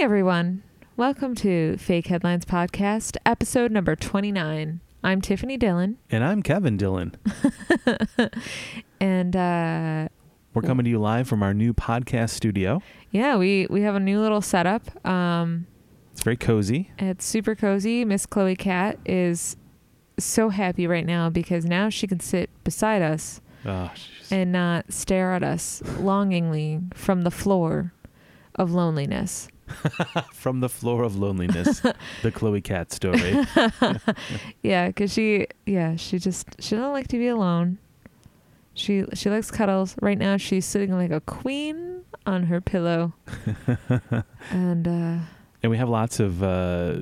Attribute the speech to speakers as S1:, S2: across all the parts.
S1: everyone. Welcome to Fake Headlines Podcast, episode number 29. I'm Tiffany Dillon,
S2: And I'm Kevin Dillon.
S1: and uh,
S2: We're coming to you live from our new podcast studio.
S1: yeah, we, we have a new little setup. Um,
S2: It's very cozy.
S1: it's super cozy. Miss Chloe Cat is so happy right now because now she can sit beside us
S2: Oh, she's-
S1: and not stare at us longingly from the floor of loneliness.
S2: from the floor of loneliness, the Chloe Cat story.
S1: Yeah, because she, yeah, she just, she doesn't like to be alone. She, she likes cuddles. Right now, she's sitting like a queen on her pillow. and, uh,
S2: And we have lots of uh,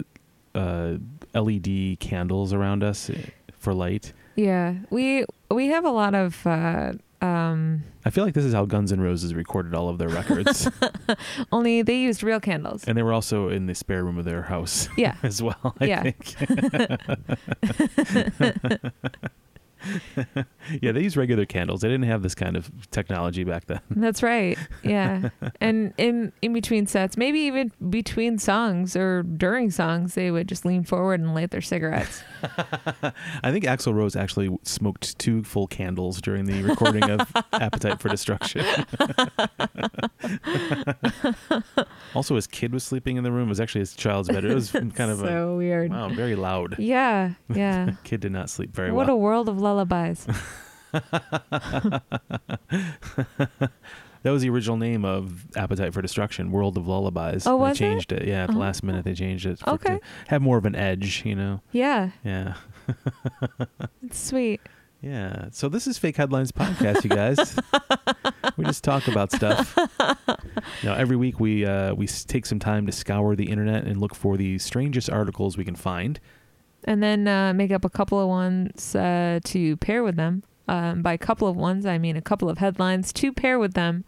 S2: uh, LED candles around us eh, for light.
S1: yeah, we, we have a lot of, uh, um,
S2: I feel like this is how Guns N' Roses recorded all of their records.
S1: only they used real candles.
S2: and they were also in the spare room of their house
S1: Yeah.
S2: as well, I
S1: Yeah.
S2: think. yeah, they used regular candles. They didn't have this kind of technology back then.
S1: That's right. Yeah. and in in between sets, maybe even between songs or during songs, they would just lean forward and light their cigarettes.
S2: I think Axl Rose actually smoked two full candles during the recording of Appetite for Destruction. also, his kid was sleeping in the room. It was actually his child's bed. It was kind of a
S1: so weird.
S2: wow, very loud.
S1: Yeah. Yeah.
S2: Kid did not sleep very
S1: what
S2: well.
S1: a world of lullabies.
S2: that was the original name of Appetite for Destruction, World of Lullabies.
S1: Oh,
S2: they
S1: was it?
S2: changed it? Yeah, at the
S1: Oh.
S2: last minute they changed it. for-
S1: Okay.
S2: To have more of an edge, you know.
S1: Yeah.
S2: Yeah.
S1: It's sweet.
S2: Yeah. So this is Fake Headlines Podcast, you guys. we just talk about stuff. Now, every week we uh, we s- take some time to scour the internet and look for the strangest articles we can find.
S1: And then uh, make up a couple of ones uh, to pair with them. Um, by a couple of ones, I mean a couple of headlines to pair with them.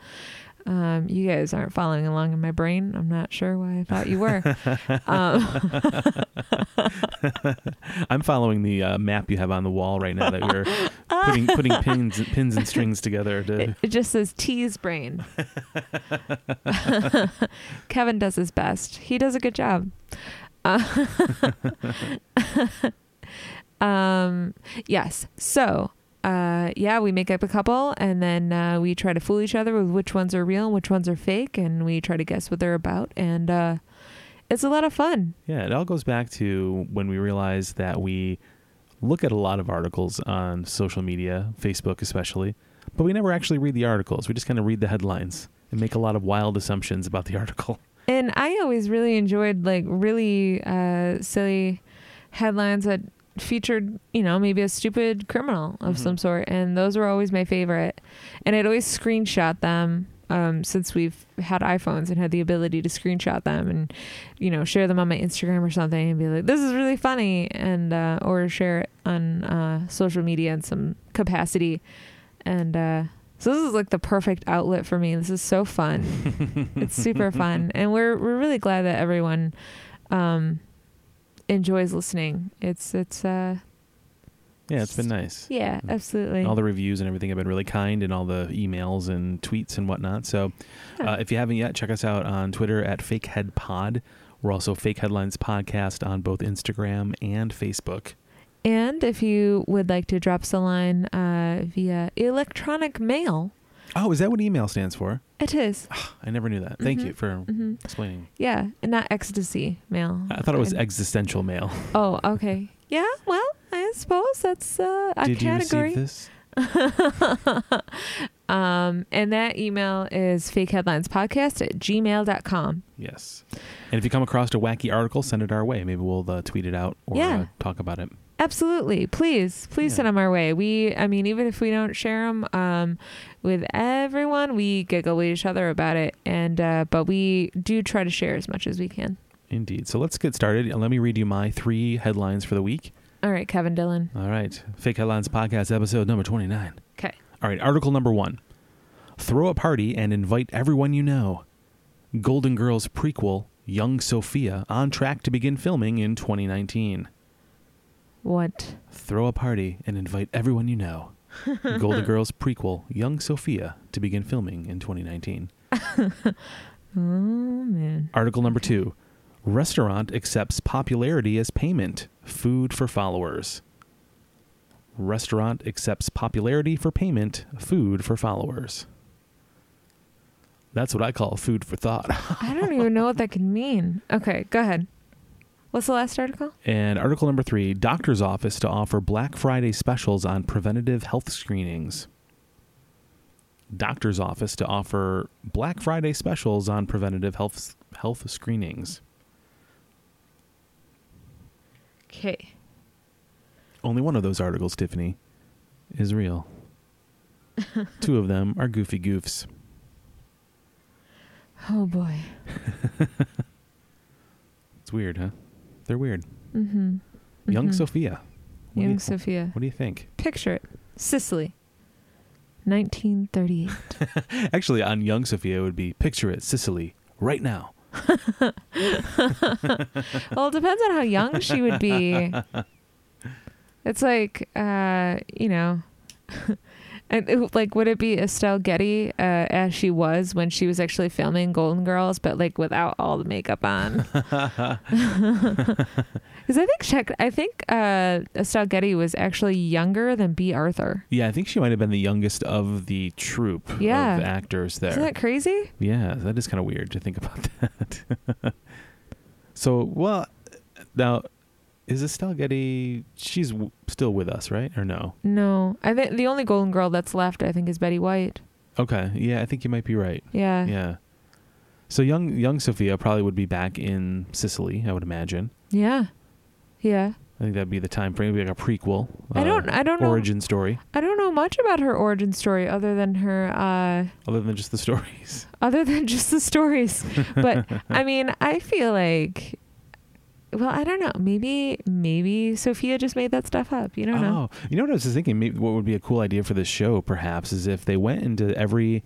S1: Um, you guys aren't following along in my brain. I'm not sure why I thought you were. um,
S2: I'm following the uh, map you have on the wall right now that you're putting putting pins pins and strings together to
S1: It, it just says tease brain. Kevin does his best. He does a good job. Uh, um, yes. So, uh, yeah, we make up a couple and then uh, we try to fool each other with which ones are real and which ones are fake. And we try to guess what they're about. And uh, it's a lot of fun.
S2: Yeah, it all goes back to when we realized that we look at a lot of articles on social media, Facebook especially, but we never actually read the articles. We just kind of read the headlines and make a lot of wild assumptions about the article.
S1: And I always really enjoyed like really uh, silly headlines that featured, you know, maybe a stupid criminal of
S2: Mhm.
S1: some sort. And those were always my favorite. And I'd always screenshot them um, since we've had iPhones and had the ability to screenshot them and, you know, share them on my Instagram or something and be like, this is really funny. And, uh, or share it on uh, social media in some capacity. And, uh, so this is like the perfect outlet for me. This is so fun it's super fun and we're we're really glad that everyone um enjoys listening it's it's uh
S2: Yeah, it's been nice.
S1: yeah absolutely
S2: Mm. All the reviews and everything have been really kind, and all the emails and tweets and whatnot. So,
S1: Yeah.
S2: uh, if you haven't yet, check us out on Twitter at FakeHeadPod. We're also Fake Headlines Podcast on both Instagram and Facebook.
S1: and if you would like to drop us a line uh via electronic mail
S2: Oh, is that what email stands for?
S1: it is.
S2: I never knew that. Thank you for
S1: Mhm.
S2: explaining.
S1: yeah and not ecstasy mail
S2: I thought it was
S1: And-
S2: existential mail.
S1: oh okay yeah well i suppose that's uh, a
S2: Did
S1: category
S2: you receive this?
S1: um and that email is fake headlines podcast at gmail.com
S2: Yes. And if you come across a wacky article, send it our way. Maybe we'll uh, tweet it out or
S1: Yeah.
S2: uh, talk about it.
S1: Absolutely. Please, please
S2: Yeah.
S1: send them our way. We, I mean, even if we don't share them um, with everyone, we giggle with each other about it. And, uh, but we do try to share as much as we can.
S2: Indeed. So let's get started. And Let me read you my three headlines for the week.
S1: All right, Kevin Dillon.
S2: All right. Fake Headlines Podcast, episode number 29.
S1: Okay.
S2: All right. Article number one Throw a party and invite everyone you know. Golden Girls prequel, Young Sophia, on track to begin filming in 2019.
S1: What?
S2: Throw a party and invite everyone you know. Golden Girls prequel, Young Sophia, to begin filming in 2019.
S1: Oh man.
S2: Article number two Restaurant accepts popularity as payment, food for followers. Restaurant accepts popularity for payment, food for followers. That's what I call food for thought.
S1: I don't even know what that could mean. Okay, go ahead. What's the last article?
S2: and article number three Doctor's Office to offer Black Friday specials on preventative health screenings. Doctor's Office to offer Black Friday specials on preventative health, health screenings.
S1: Okay.
S2: Only one of those articles, Tiffany, is real. Two of them are goofy goofs.
S1: Oh boy.
S2: It's weird, huh? They're weird.
S1: Mm-hmm.
S2: Young
S1: Mhm.
S2: Sophia. What do
S1: Young
S2: you-
S1: Sophia.
S2: What do you think?
S1: Picture it. Sicily. 1938.
S2: Actually, on Young Sophia, it would be picture it, Sicily, right now.
S1: well, it depends on how young she would be. It's like, uh, you know, and it- like, would it be Estelle Getty uh, as she was when she was actually filming Golden Girls, but like without all the makeup on? Because I think check, I think uh, Estelle Getty was actually younger than B. Arthur.
S2: Yeah, I think she might have been the youngest of the troupe
S1: Yeah.
S2: of actors there.
S1: Isn't that crazy?
S2: yeah, that is kind of weird to think about that. so, well, now, is Estelle Getty, she's w- still with us, right? Or no?
S1: No, I think the only Golden Girl that's left, I think, is Betty White.
S2: Okay. Yeah, I think you might be right.
S1: Yeah.
S2: Yeah. So young young Sophia probably would be back in Sicily, I would imagine.
S1: Yeah. Yeah.
S2: I think that'd be the time frame, maybe like a prequel. uh,
S1: I don't. I don't know.
S2: origin story,
S1: I don't know much about her origin story other than her uh
S2: other than just the stories.
S1: other than just the stories. But I mean, I feel like well, I don't know. Maybe maybe Sophia just made that stuff up. You don't know.
S2: Oh, you know what I was just thinking? Maybe what would be a cool idea for this show, perhaps, is if they went into every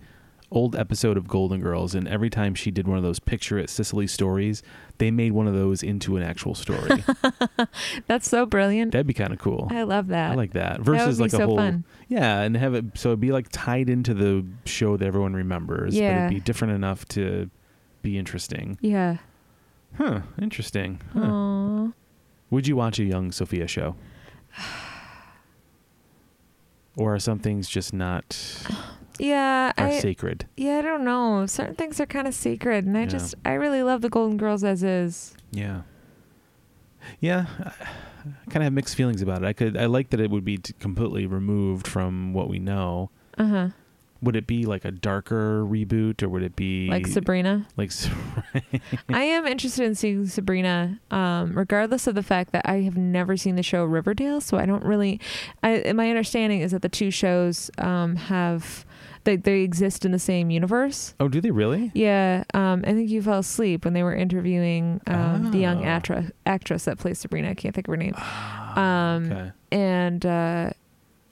S2: old episode of Golden Girls, and every time she did one of those picture at Sicily stories, they made one of those into an actual story.
S1: That's so brilliant.
S2: That'd be kind of cool.
S1: I love that.
S2: Oh. I like that.
S1: that would
S2: Versus
S1: be
S2: like a
S1: so
S2: whole
S1: fun.
S2: Yeah, and have it so it'd be like tied into the show that everyone remembers, but
S1: Yeah.
S2: it'd be different enough to be interesting.
S1: Yeah.
S2: Huh, interesting. Huh.
S1: Aw.
S2: Would you watch a young Sophia show? Or are some things just not
S1: Yeah,
S2: are
S1: I
S2: sacred?
S1: yeah, I don't know. Certain things are kind of sacred, and I
S2: Yeah.
S1: just I really love the Golden Girls as is.
S2: Yeah. Yeah, I kind of have mixed feelings about it. I could I like that it would be t- completely removed from what we know.
S1: Uh huh.
S2: Would it be like a darker reboot or would it be
S1: Like Sabrina.
S2: like s-
S1: I am interested in seeing Sabrina, um, regardless of the fact that I have never seen the show Riverdale, so I don't really. I, my understanding is that the two shows um, have they, they exist in the same universe.
S2: Oh, do they really?
S1: Yeah, um, I think you fell asleep when they were interviewing um, the young
S2: Oh.
S1: actra- actress that plays Sabrina. I can't think of her name. Um,
S2: Ah, okay.
S1: And uh,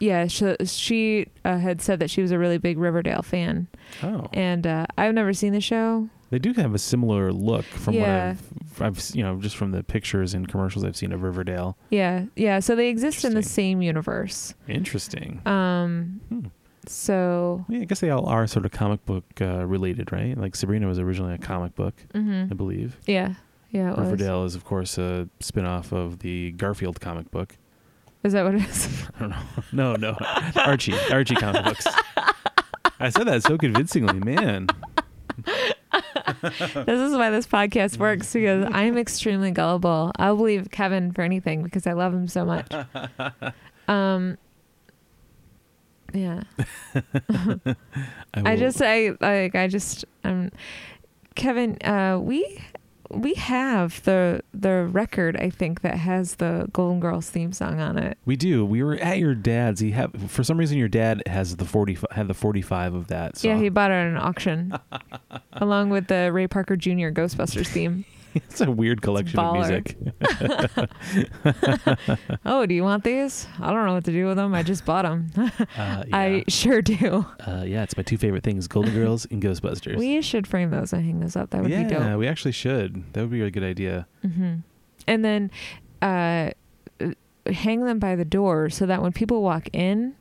S1: yeah, she, she uh, had said that she was a really big Riverdale fan,
S2: Oh.
S1: and uh, I've never seen the show.
S2: They do have a similar look from
S1: Yeah.
S2: what I've, I've, s- you know, just from the pictures and commercials I've seen of Riverdale.
S1: Yeah, yeah. So they exist in the
S2: Interesting.
S1: same universe.
S2: Interesting.
S1: Um,
S2: Hmm.
S1: so
S2: Yeah, I guess they all are sort of comic book uh, related, right? Like Sabrina was originally a comic book,
S1: mhm.
S2: I believe.
S1: yeah, yeah, it was.
S2: Riverdale is, of course, a spin off of the Garfield comic book.
S1: Is that what it is?
S2: I don't know. No, no. Archie. Archie comic books. I said that so convincingly, man.
S1: this is why this podcast works because I'm extremely gullible. I'll believe Kevin for anything because I love him so much. Um, yeah, I
S2: will-
S1: just I like I just um, Kevin, uh, we we have the the record I think that has the Golden Girls theme song on it.
S2: We do. We were at your dad's. He have for some reason your dad has the forty had the forty five of that. Song.
S1: Yeah, he bought it at an auction, along with the Ray Parker Jr. Ghostbusters theme.
S2: It's a weird collection of
S1: baller.
S2: music.
S1: Oh, do you want these? I don't know what to do with them. I just bought them.
S2: Uh, yeah.
S1: I sure do.
S2: uh, yeah, it's my two favorite things: Golden Girls and Ghostbusters.
S1: We should frame those and hang those up. That would
S2: yeah,
S1: be dope.
S2: we actually should. That would be a good idea.
S1: hmm And then uh, hang them by the door so that when people walk in,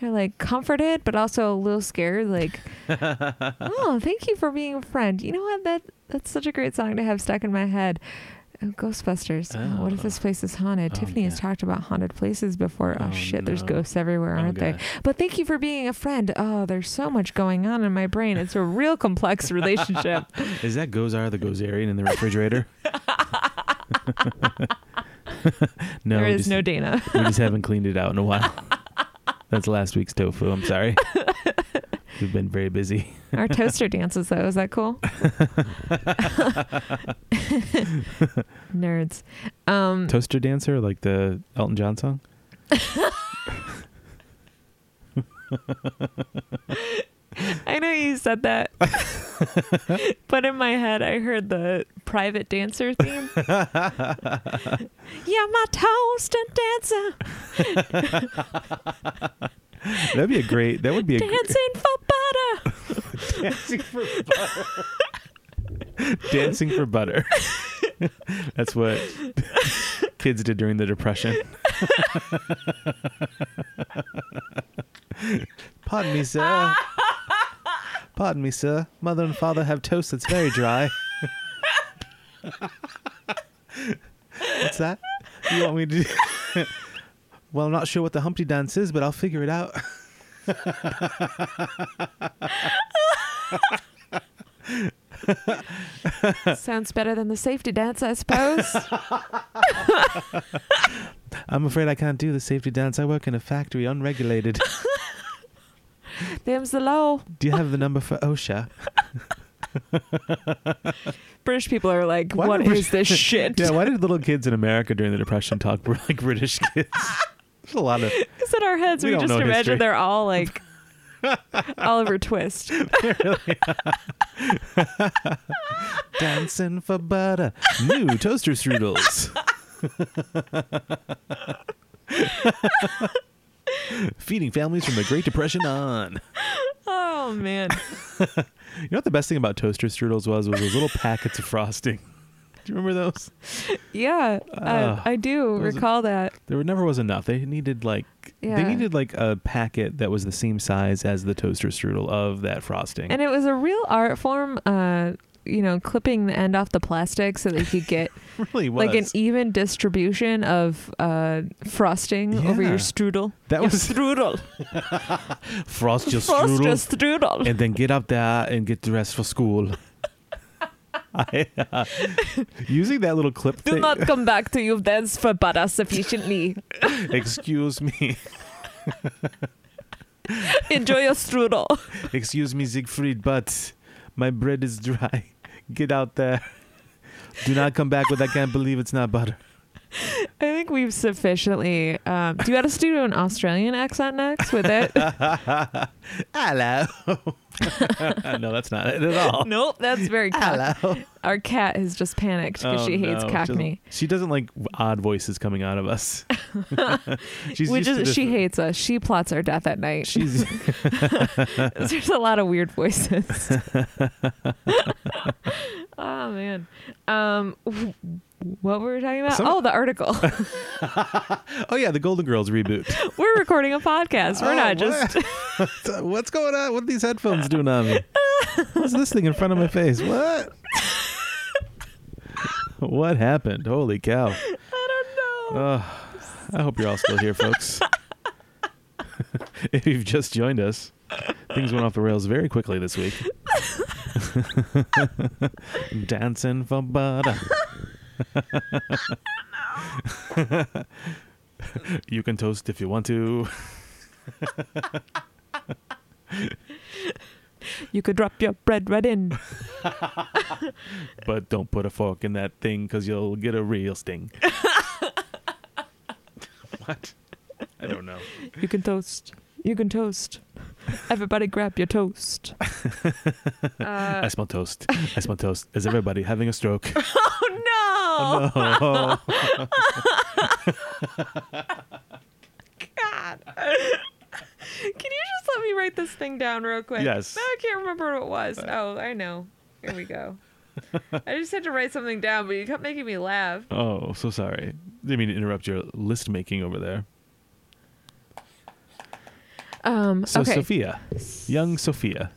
S1: they're kind of like comforted, but also a little scared. Like, oh, thank you for being a friend. You know what? That that's such a great song to have stuck in my head. Oh, Ghostbusters. Oh, what if this place is haunted?
S2: Oh,
S1: Tiffany has
S2: yeah.
S1: talked about haunted places before. Oh,
S2: Oh,
S1: shit, there's
S2: no.
S1: ghosts everywhere,
S2: Oh,
S1: aren't there?
S2: God.
S1: But thank you for being a friend. Oh, there's so much going on in my brain. It's a real complex relationship.
S2: Is that Gozar the Gozarian in the refrigerator? no,
S1: there
S2: we
S1: is
S2: just,
S1: no Dana.
S2: we just haven't cleaned it out in a while. That's last week's tofu. I'm sorry. We've been very busy.
S1: Our toaster dances though. Is that cool? Nerds. Um,
S2: Toaster dancer, like the Elton John song.
S1: I know you said that, but in my head, I heard the private dancer theme. yeah, my toaster dancer,
S2: That'd be a great. That would be a gr-
S1: dancing for butter.
S2: dancing for butter. dancing for butter. That's what kids did during the Depression. Pardon me, sir. Pardon me, sir. Mother and father have toast that's very dry. What's that? You want me to? do- well, I'm not sure what the Humpty Dance is, but I'll figure it out.
S1: Sounds better than the safety dance, I suppose.
S2: I'm afraid I can't do the safety dance. I work in a factory, unregulated.
S1: Them's the law.
S2: Do you have the number for OSHA?
S1: British people are like,
S2: Why
S1: what
S2: do Brit-
S1: is this shit?
S2: Yeah, why did little kids in America during the Depression talk like British kids? There's a lot of
S1: It's in our heads.
S2: We
S1: We,
S2: don't
S1: just
S2: know
S1: imagine
S2: history.
S1: they're all like Oliver Twist.
S2: dancing for butter, new toaster strudels. Feeding families from the Great Depression on.
S1: Oh man,
S2: You know what the best thing about toaster strudels was? Was those little packets of frosting. Do you remember those?
S1: yeah,
S2: Ah,
S1: I, I do
S2: those-
S1: recall that.
S2: There were- never was enough. They needed like they
S1: Yeah.
S2: needed like a packet that was the same size as the toaster strudel of that frosting.
S1: And it was a real art form. Uh, you know, clipping the end off the plastic so they could get
S2: it really was
S1: like an e- even distribution of uh, frosting over
S2: Yeah.
S1: your strudel.
S2: that
S1: Your
S2: was
S1: strudel.
S2: frost your
S1: Frost your
S2: strudel
S1: strudel.
S2: and then get up there and get dressed for school. I, uh, using that little clip
S1: Do
S2: thing.
S1: not come back till you've danced for butter sufficiently.
S2: excuse me,
S1: Enjoy your strudel.
S2: excuse me, Siegfried, but my bread is dry. Get out there. Do not come back with I can't believe it's not butter.
S1: I think we've sufficiently. Um, do you want us to do an Australian accent next with it?
S2: Hello. no, that's not it at all.
S1: nope, that's very cock-
S2: Hello.
S1: Our cat has just panicked because
S2: Oh,
S1: she hates
S2: no.
S1: Cockney,
S2: She doesn't, she doesn't like odd voices coming out of us. She's
S1: which
S2: used to
S1: is
S2: this-
S1: she hates us. She plots our death at night.
S2: She's
S1: There's a lot of weird voices. oh man, um, w- what were we talking about?
S2: Some-
S1: oh, the article.
S2: oh yeah, the Golden Girls reboot.
S1: we're recording a podcast. We're
S2: Oh,
S1: not
S2: what?
S1: just.
S2: What's going on? What are these headphones doing on me? What's this thing in front of my face? What? what happened? Holy cow!
S1: I don't know.
S2: Ugh. I hope you're all still here, folks. if you've just joined us, things went off the rails very quickly this week. Dancing for butter. you can toast if you want to.
S1: Uh, You could drop your bread right in.
S2: but don't put a fork in that thing because you'll get a real sting. what? I don't know.
S1: You can toast. You can toast. Everybody grab your toast.
S2: I
S1: Uh,
S2: smell toast. I smell toast. Is everybody having a stroke?
S1: oh no!
S2: Oh,
S1: God. Can you just let me write this thing down real quick?
S2: Yes. Uh.
S1: No, I can't remember what it was. Oh, I know. Here we go. I just had to write something down, but you kept making me laugh.
S2: oh, so sorry. Didn't mean to interrupt your list making over there.
S1: Um,
S2: So
S1: okay.
S2: Sophia, young Sophia.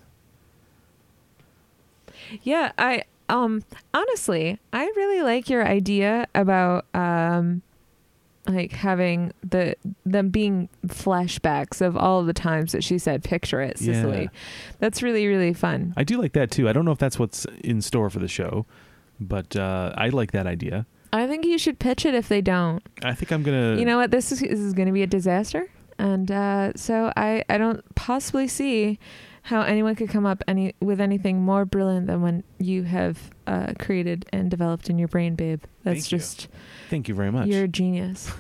S1: Yeah, I um honestly, I really like your idea about um like having the them being flashbacks of all the times that she said picture it Sicily.
S2: Yeah.
S1: That's really really fun.
S2: I do like that too. I don't know if that's what's in store for the show, but uh, I like that idea.
S1: I think you should pitch it if they don't.
S2: I think I'm gonna.
S1: you know what? This is, this is going to be a disaster. And uh, so I I don't possibly see how anyone could come up any with anything more brilliant than what you have uh, created and developed in your brain, babe. That's
S2: Thank you.
S1: just
S2: Thank you very much.
S1: You're a genius.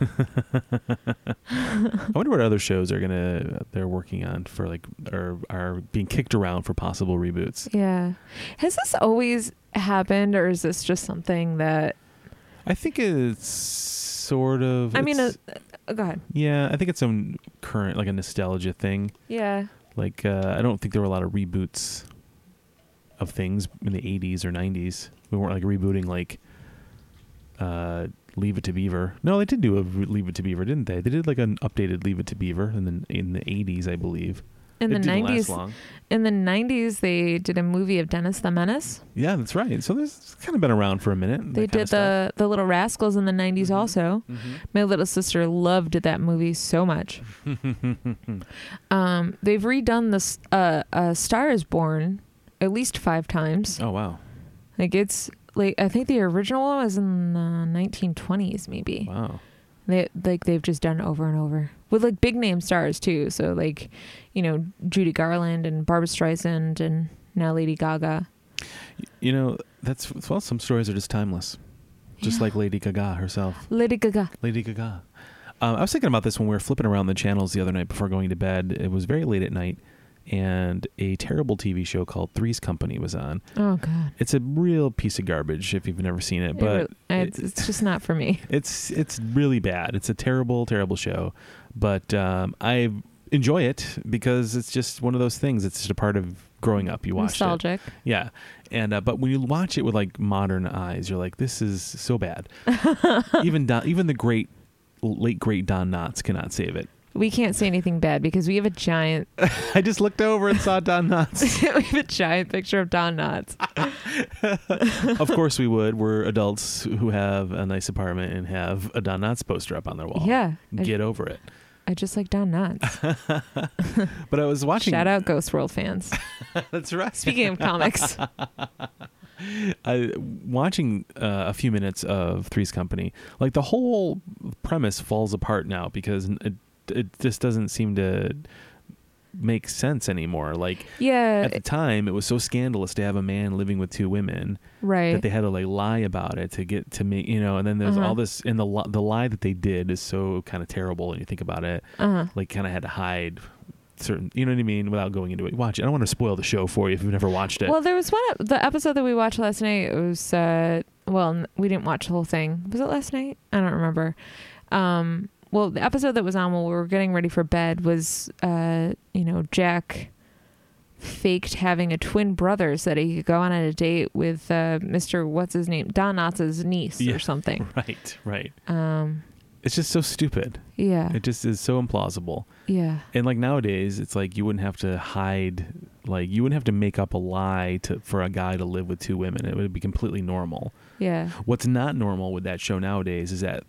S2: I wonder what other shows are gonna they're working on for like or are being kicked around for possible reboots.
S1: yeah. Has this always happened or is this just something that
S2: I think it's sort of.
S1: I mean uh,
S2: it's-
S1: uh, go ahead.
S2: yeah, I think it's some current like a nostalgia thing.
S1: Yeah.
S2: Like uh, I don't think there were a lot of reboots of things in the '80s or '90s. We weren't like rebooting like uh, Leave It to Beaver. No, they did do a re- Leave It to Beaver, didn't they? They did like an updated Leave It to Beaver in the in the '80s, I believe.
S1: In
S2: it
S1: the
S2: didn't last
S1: nineties
S2: long.
S1: in the nineties they did a movie of Dennis the Menace.
S2: Yeah, that's right. So there's it's kind of been around for a minute. that
S1: They
S2: kind
S1: did
S2: of stuff.
S1: the the Little Rascals in the 90s
S2: Mhm.
S1: also. My little sister loved that movie so much. Um they've redone this uh, uh Star is Born at least 5 times.
S2: Oh wow,
S1: Like it's like I think the original one was in the 1920s maybe.
S2: wow.
S1: They like they've just done over and over with like big name stars too. So like, you know, Judy Garland and Barbara Streisand and now Lady Gaga.
S2: You know that's well. Some stories are just timeless, just
S1: Yeah.
S2: like Lady Gaga herself.
S1: Lady Gaga.
S2: Lady Gaga. Um, I was thinking about this when we were flipping around the channels the other night before going to bed. It was very late at night, and a terrible TV show called Three's Company was on.
S1: Oh God.
S2: It's a real piece of garbage if you've never seen it, but
S1: It re- it's, it's just not for me.
S2: It's it's really bad. It's a terrible, terrible show, but um, I enjoy it because it's just one of those things. It's just a part of growing up. You watch it,
S1: Nostalgic.
S2: yeah. And uh, but when you watch it with like modern eyes, you're like, this is so bad. even Don, even the great late great Don Knotts cannot save it.
S1: We can't say anything bad because we have a giant
S2: I just looked over and saw Don Knotts.
S1: we have a giant picture of Don Knotts.
S2: of course we would. We're adults who have a nice apartment and have a Don Knotts poster up on their wall.
S1: Yeah. I,
S2: Get over it.
S1: I just like Don Knotts.
S2: But I was watching.
S1: Shout out Ghost World fans.
S2: That's right.
S1: Speaking of comics.
S2: I watching uh, a few minutes of Three's Company. Like the whole premise falls apart now because it it just doesn't seem to make sense anymore. Like
S1: Yeah.
S2: at the time, it was so scandalous to have a man living with two women that
S1: right.
S2: they had to like lie about it to get to me, you know. And then there's
S1: Uh-huh.
S2: all this, and the li- the lie that they did is so kind of terrible. And you think about it,
S1: Uh-huh.
S2: like kind of had to hide certain, you know what I mean, without going into it. Watch it. I don't want to spoil the show for you if you've never watched it.
S1: Well, there was one the episode that we watched last night. It was uh, well, n- we didn't watch the whole thing. Was it last night? I don't remember. Um, well, the episode that was on while we were getting ready for bed was uh, you know, Jack faked having a twin brother so that he could go on a date with uh, Mr. What's his name, Don Knotts' niece
S2: Yeah.
S1: or something.
S2: right, right.
S1: Um,
S2: It's just so stupid.
S1: yeah,
S2: It just is so implausible.
S1: yeah,
S2: And like nowadays, it's like you wouldn't have to hide, like you wouldn't have to make up a lie to for a guy to live with two women. It would be completely normal.
S1: yeah.
S2: What's not normal with that show nowadays is that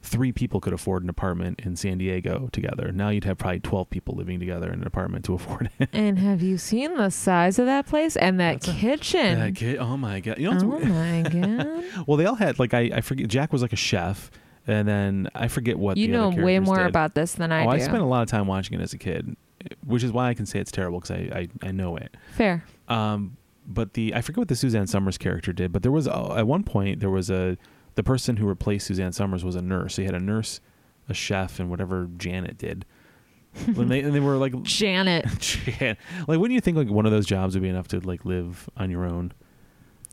S2: three people could afford an apartment in San Diego together. Now you'd have probably twelve people living together in an apartment to afford it.
S1: And have you seen the size of that place and that
S2: That's a-
S1: kitchen?
S2: That kid- oh my god! You know,
S1: oh
S2: what's
S1: my god!
S2: well they all had like I, I forget. Jack was like a chef, and then I forget what
S1: you
S2: the
S1: know
S2: other
S1: way
S2: characters
S1: more
S2: did.
S1: about this than I
S2: oh,
S1: do.
S2: I spent a lot of time watching it as a kid, which is why I can say it's terrible because I, I I know it.
S1: Fair.
S2: Um, but the I forget what the Suzanne Summers character did, but there was a, at one point there was a the person who replaced Suzanne Summers was a nurse. So you had a nurse, a chef, and whatever Janet did. and they and they were like,
S1: Janet.
S2: Jan- like wouldn't you think like one of those jobs would be enough to like live on your own?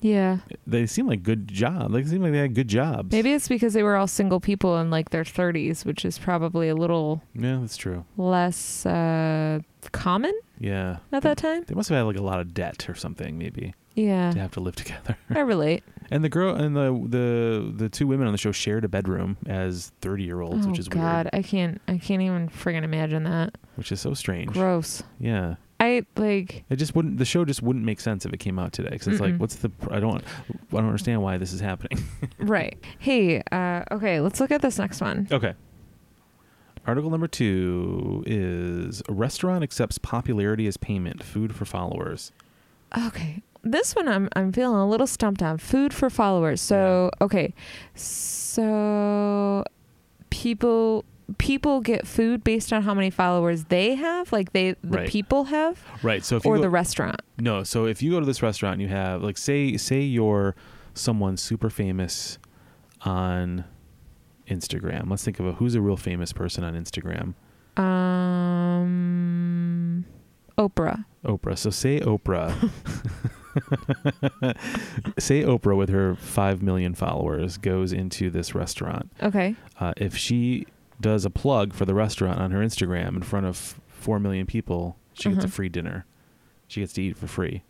S1: Yeah.
S2: They seem like good job. Like they seem like they had good jobs.
S1: Maybe it's because they were all single people in like their 30s, which is probably a little
S2: Yeah, that's true.
S1: less uh, common
S2: Yeah.
S1: at that time.
S2: They must have had like a lot of debt or something, maybe, to
S1: Yeah.
S2: have to live together.
S1: I relate.
S2: And the girl and the the the two women on the show shared a bedroom as thirty year olds,
S1: Oh
S2: which is
S1: God,
S2: weird.
S1: I can't. I can't even friggin' imagine that.
S2: which is so strange.
S1: Gross.
S2: Yeah.
S1: I like
S2: It just wouldn't. The show just wouldn't make sense if it came out today because it's like,
S1: Mm-mm.
S2: what's the? pr- I don't. I don't understand why this is happening.
S1: right. Hey, uh okay, let's look at this next one.
S2: Okay. Article number two is restaurant accepts popularity as payment, food for followers.
S1: Okay. This one I'm I'm feeling a little stumped on. Food for followers. So, okay. So people people get food based on how many followers they have, like they the
S2: Right.
S1: people have
S2: Right. So if
S1: or
S2: you go,
S1: the restaurant.
S2: no, so if you go to this restaurant and you have like say say you're someone super famous on Instagram. Let's think of a who's a real famous person on Instagram.
S1: Um Oprah.
S2: Oprah. So say Oprah. say Oprah with her 5 million followers goes into this restaurant.
S1: Okay.
S2: Uh, if she does a plug for the restaurant on her Instagram in front of 4 million people, she gets a
S1: Mhm.
S2: free dinner. She gets to eat for free.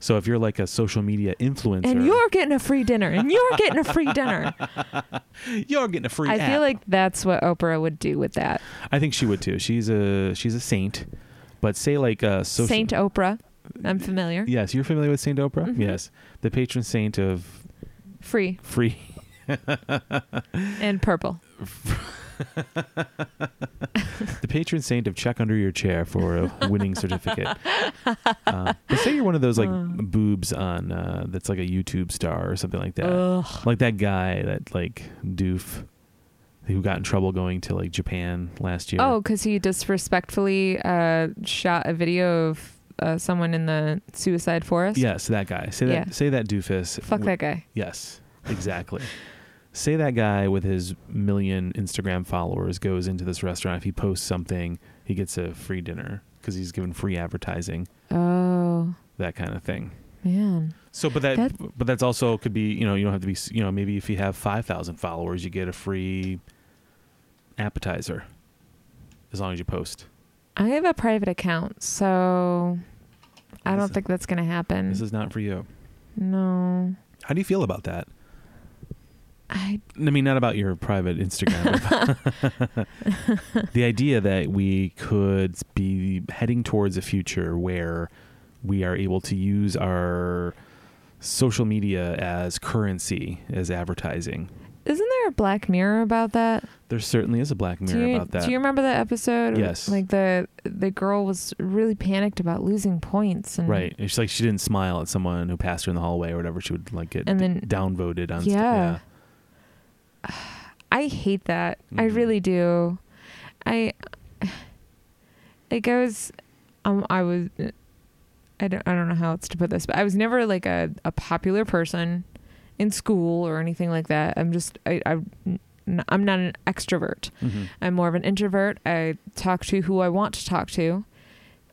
S2: So if you're like a social media influencer,
S1: And you're getting a free dinner. And you're getting a free dinner.
S2: you're getting a free
S1: I
S2: app.
S1: feel like that's what Oprah would do with that.
S2: I think she would too. She's a she's a saint. But say like a social
S1: Saint Oprah. I'm familiar.
S2: Yes, you're familiar with Saint Oprah?
S1: Mhm.
S2: Yes. The patron saint of
S1: Free
S2: free
S1: and purple.
S2: the patron saint of check under your chair for a winning certificate. Uh, but say you're one of those like
S1: Uh.
S2: boobs on uh, that's like a YouTube star or something like that,
S1: Ugh.
S2: like that guy that like doof who got in trouble going to like Japan last year.
S1: Oh, because he disrespectfully uh, shot a video of uh, someone in the suicide forest.
S2: yes, that guy. Say that.
S1: Yeah.
S2: Say that doofus.
S1: Fuck that guy.
S2: Yes, exactly. Say that guy with his million Instagram followers goes into this restaurant. If he posts something, he gets a free dinner because he's given free advertising,
S1: Oh
S2: that kind of thing.
S1: man.
S2: So, but that,
S1: That-
S2: but that's also could be you know you don't have to be you know maybe if you have five thousand followers you get a free appetizer as long as you post.
S1: I have a private account, so I
S2: This
S1: don't
S2: is-
S1: think that's gonna happen.
S2: This is not for you.
S1: no.
S2: How do you feel about that?
S1: I
S2: I mean, not about your private Instagram. the idea that we could be heading towards a future where we are able to use our social media as currency, as advertising.
S1: isn't there a Black Mirror about that?
S2: There certainly is a black mirror
S1: do you,
S2: about that.
S1: Do you remember that episode?
S2: Yes.
S1: Like the the girl was really panicked about losing points and
S2: Right. It's like she didn't smile at someone who passed her in the hallway or whatever. She would like get
S1: And then-
S2: downvoted on. st-
S1: Yeah. I hate that. I
S2: Mhm.
S1: really do. I like I was um I was I don't I don't know how else to put this, but I was never like a, a popular person in school or anything like that. I'm just I, I I'm not an extrovert.
S2: Yeah. Mhm.
S1: I'm more of an introvert. I talk to who I want to talk to.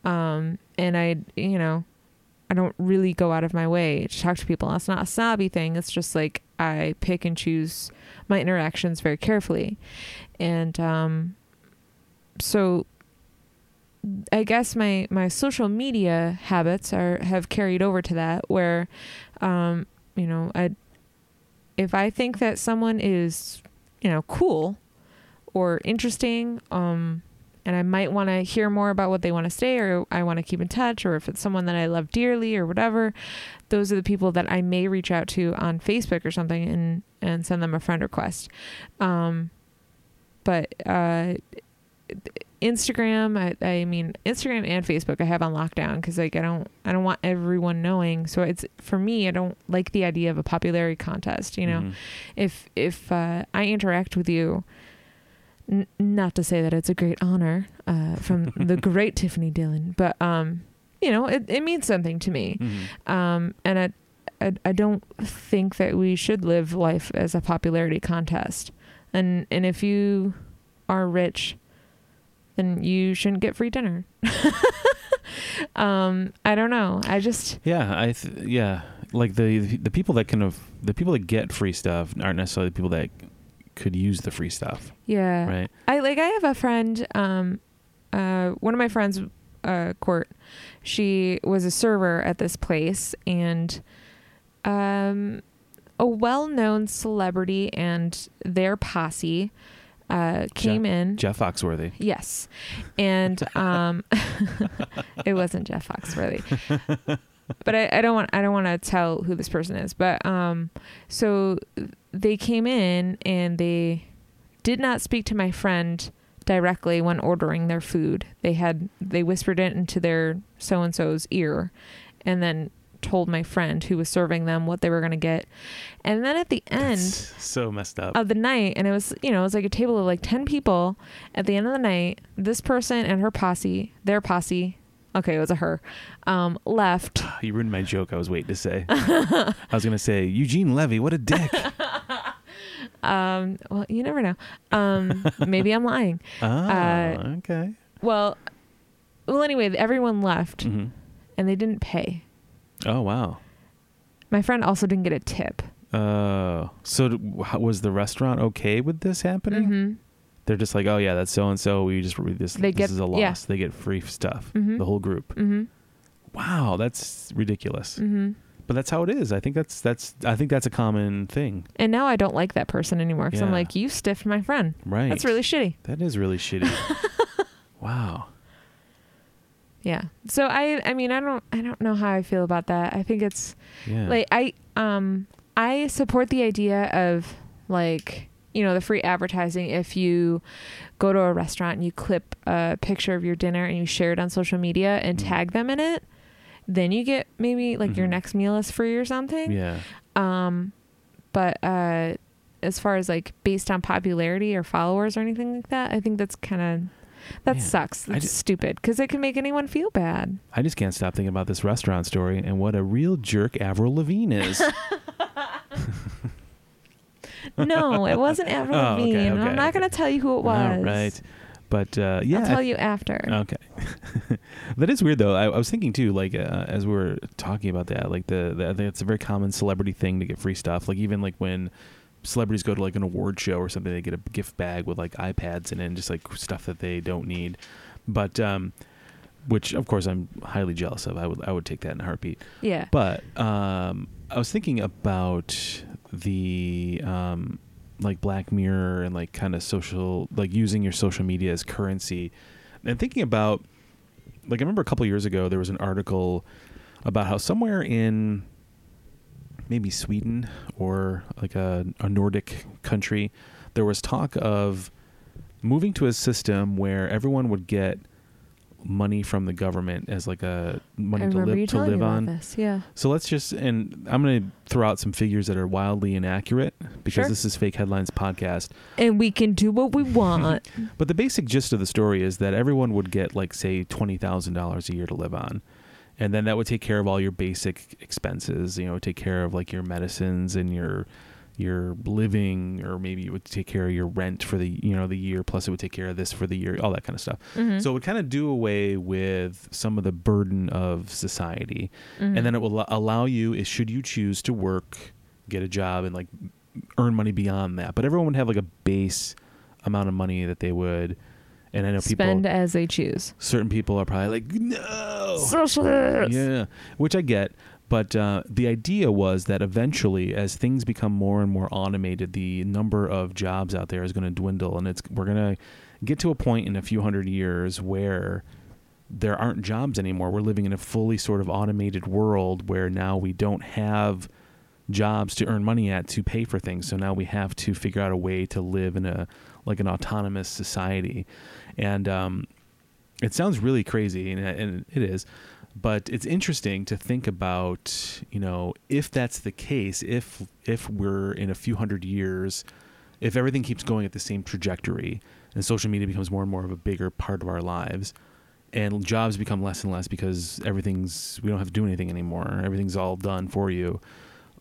S1: Um, and I, you know, I don't really go out of my way to talk to people. That's not a snobby thing. It's just like I pick and choose my interactions very carefully. And um, so I guess my, my social media habits are have carried over to that where um, you know, I if I think that someone is, you know, cool, or interesting um and I might want to hear more about what they want to say or I want to keep in touch or if it's someone that I love dearly or whatever those are the people that I may reach out to on Facebook or something and and send them a friend request um but uh Instagram I, I mean Instagram and Facebook I have on lockdown because like I don't I don't want everyone knowing so it's for me I don't like the idea of a popularity contest you know
S2: Mhm.
S1: if if uh, I interact with you, n- not to say that it's a great honor uh, from the great Tiffany Dillon, but um, you know, it, it means something to me.
S2: Mhm.
S1: Um, and I, I I don't think that we should live life as a popularity contest. And and if you are rich, then you shouldn't get free dinner. um, I don't know. I just
S2: Yeah, I th- yeah, like the the people that can of the people that get free stuff aren't necessarily the people that could use the free stuff,
S1: yeah.
S2: right?
S1: I like I have a friend um uh one of my friends uh court she was a server at this place and um a well-known celebrity and their posse uh, came in.
S2: Jeff Foxworthy.
S1: Yes. And um, it wasn't Jeff Foxworthy. but I, I don't want I don't want to tell who this person is. But um, so they came in and they did not speak to my friend directly when ordering their food. They had they whispered it into their so and so's ear, and then told my friend who was serving them what they were going to get. And Uh, then at the end
S2: That's so messed up.
S1: of the night and it was you know it was like a table of like 10 people at the end of the night this person and her posse their posse okay it was a her um left
S2: you ruined my joke I was waiting to say. I was going to say, Eugene Levy, what a dick.
S1: Uh, um well you never know um maybe i'm lying
S2: Ah, okay.
S1: well well anyway everyone left
S2: hmm
S1: and they didn't pay
S2: Oh, wow.
S1: my friend also didn't get a tip
S2: Uh, so d- wh- was the restaurant okay with this happening?
S1: hmm
S2: They're just like, oh yeah, that's so and so. We just we- this.
S1: They
S2: this
S1: get-
S2: is a loss.
S1: yeah.
S2: They get free stuff.
S1: Mhm.
S2: The whole group.
S1: hmm
S2: Wow, that's ridiculous.
S1: hmm
S2: But that's how it is. I think that's that's I think that's a common thing,
S1: and now i don't like that person anymore because i'm
S2: Yeah.
S1: like you stiffed my friend
S2: right?
S1: that's really shitty
S2: that is really shitty. wow.
S1: yeah so i i mean i don't i don't know how i feel about that i think it's
S2: Yeah.
S1: like i um i support the idea of like you know the free advertising if you go to a restaurant and you clip a picture of your dinner and you share it on social media and
S2: Mhm.
S1: tag them in it then you get maybe like your
S2: Mhm.
S1: next meal is free or something
S2: yeah.
S1: um but uh as far as like based on popularity or followers or anything like that i think that's kind of that
S2: Man,
S1: sucks
S2: I
S1: that's
S2: ju-
S1: stupid because it can make anyone feel bad
S2: I just can't stop thinking about this restaurant story and what a real jerk Avril Lavigne is.
S1: no it wasn't avril
S2: Oh, okay,
S1: lavigne and
S2: okay,
S1: i'm not
S2: okay.
S1: going to tell you who it was
S2: All right. But uh, yeah,
S1: I'll
S2: I Uh,
S1: tell you after.
S2: Okay. that is weird though. I, I was thinking too, like uh, as we were talking about that, like the, the I think it's a very common celebrity thing to get free stuff. Like even like when celebrities go to like an award show or something, they get a gift bag with like iPads in it and just like stuff that they don't need. But um, which of course I'm highly jealous of. I would I would take that in a heartbeat.
S1: yeah.
S2: But um, I was thinking about the um, like Black Mirror and like kind of social, like using your social media as currency, and thinking about like I remember a couple years ago there was an article about how somewhere in maybe Sweden or like a, a Nordic country there was talk of moving to a system where everyone would get money from the government as like a money
S1: I
S2: to
S1: remember you
S2: live to
S1: telling me
S2: live
S1: about
S2: on
S1: This. Yeah.
S2: so let's just, and I'm going to throw out some figures that are wildly inaccurate because
S1: Sure.
S2: this is Fake Headlines podcast.
S1: And we can do what we want.
S2: But the basic gist of the story is that everyone would get, like, say, $20,000 a year to live on. And then that would take care of all your basic expenses, you know, take care of like your medicines and your your living or maybe it would take care of your rent for the you know the year plus it would take care of this for the year all that kind of stuff
S1: Mhm.
S2: so it would kind of do away with some of the burden of society
S1: Mhm.
S2: and then it will al- allow you is should you choose to work get a job and like earn money beyond that but everyone would have like a base amount of money that they would and i know
S1: spend
S2: people
S1: as they choose.
S2: certain people are probably like no
S1: Socialist.
S2: Oh. yeah which i get but uh, the idea was that eventually as things become more and more automated the number of jobs out there is going to dwindle and it's we're going to get to a point in a few hundred years where there aren't jobs anymore. We're living in a fully sort of automated world where now we don't have jobs to earn money at to pay for things. So now we have to figure out a way to live in a like an autonomous society. And um, it sounds really crazy, and, and it is, but it's interesting to think about. You know, if that's the case, if if we're in a few hundred years, if everything keeps going at the same trajectory, and social media becomes more and more of a bigger part of our lives and jobs become less and less because everything's we don't have to do anything anymore. Everything's all done for you.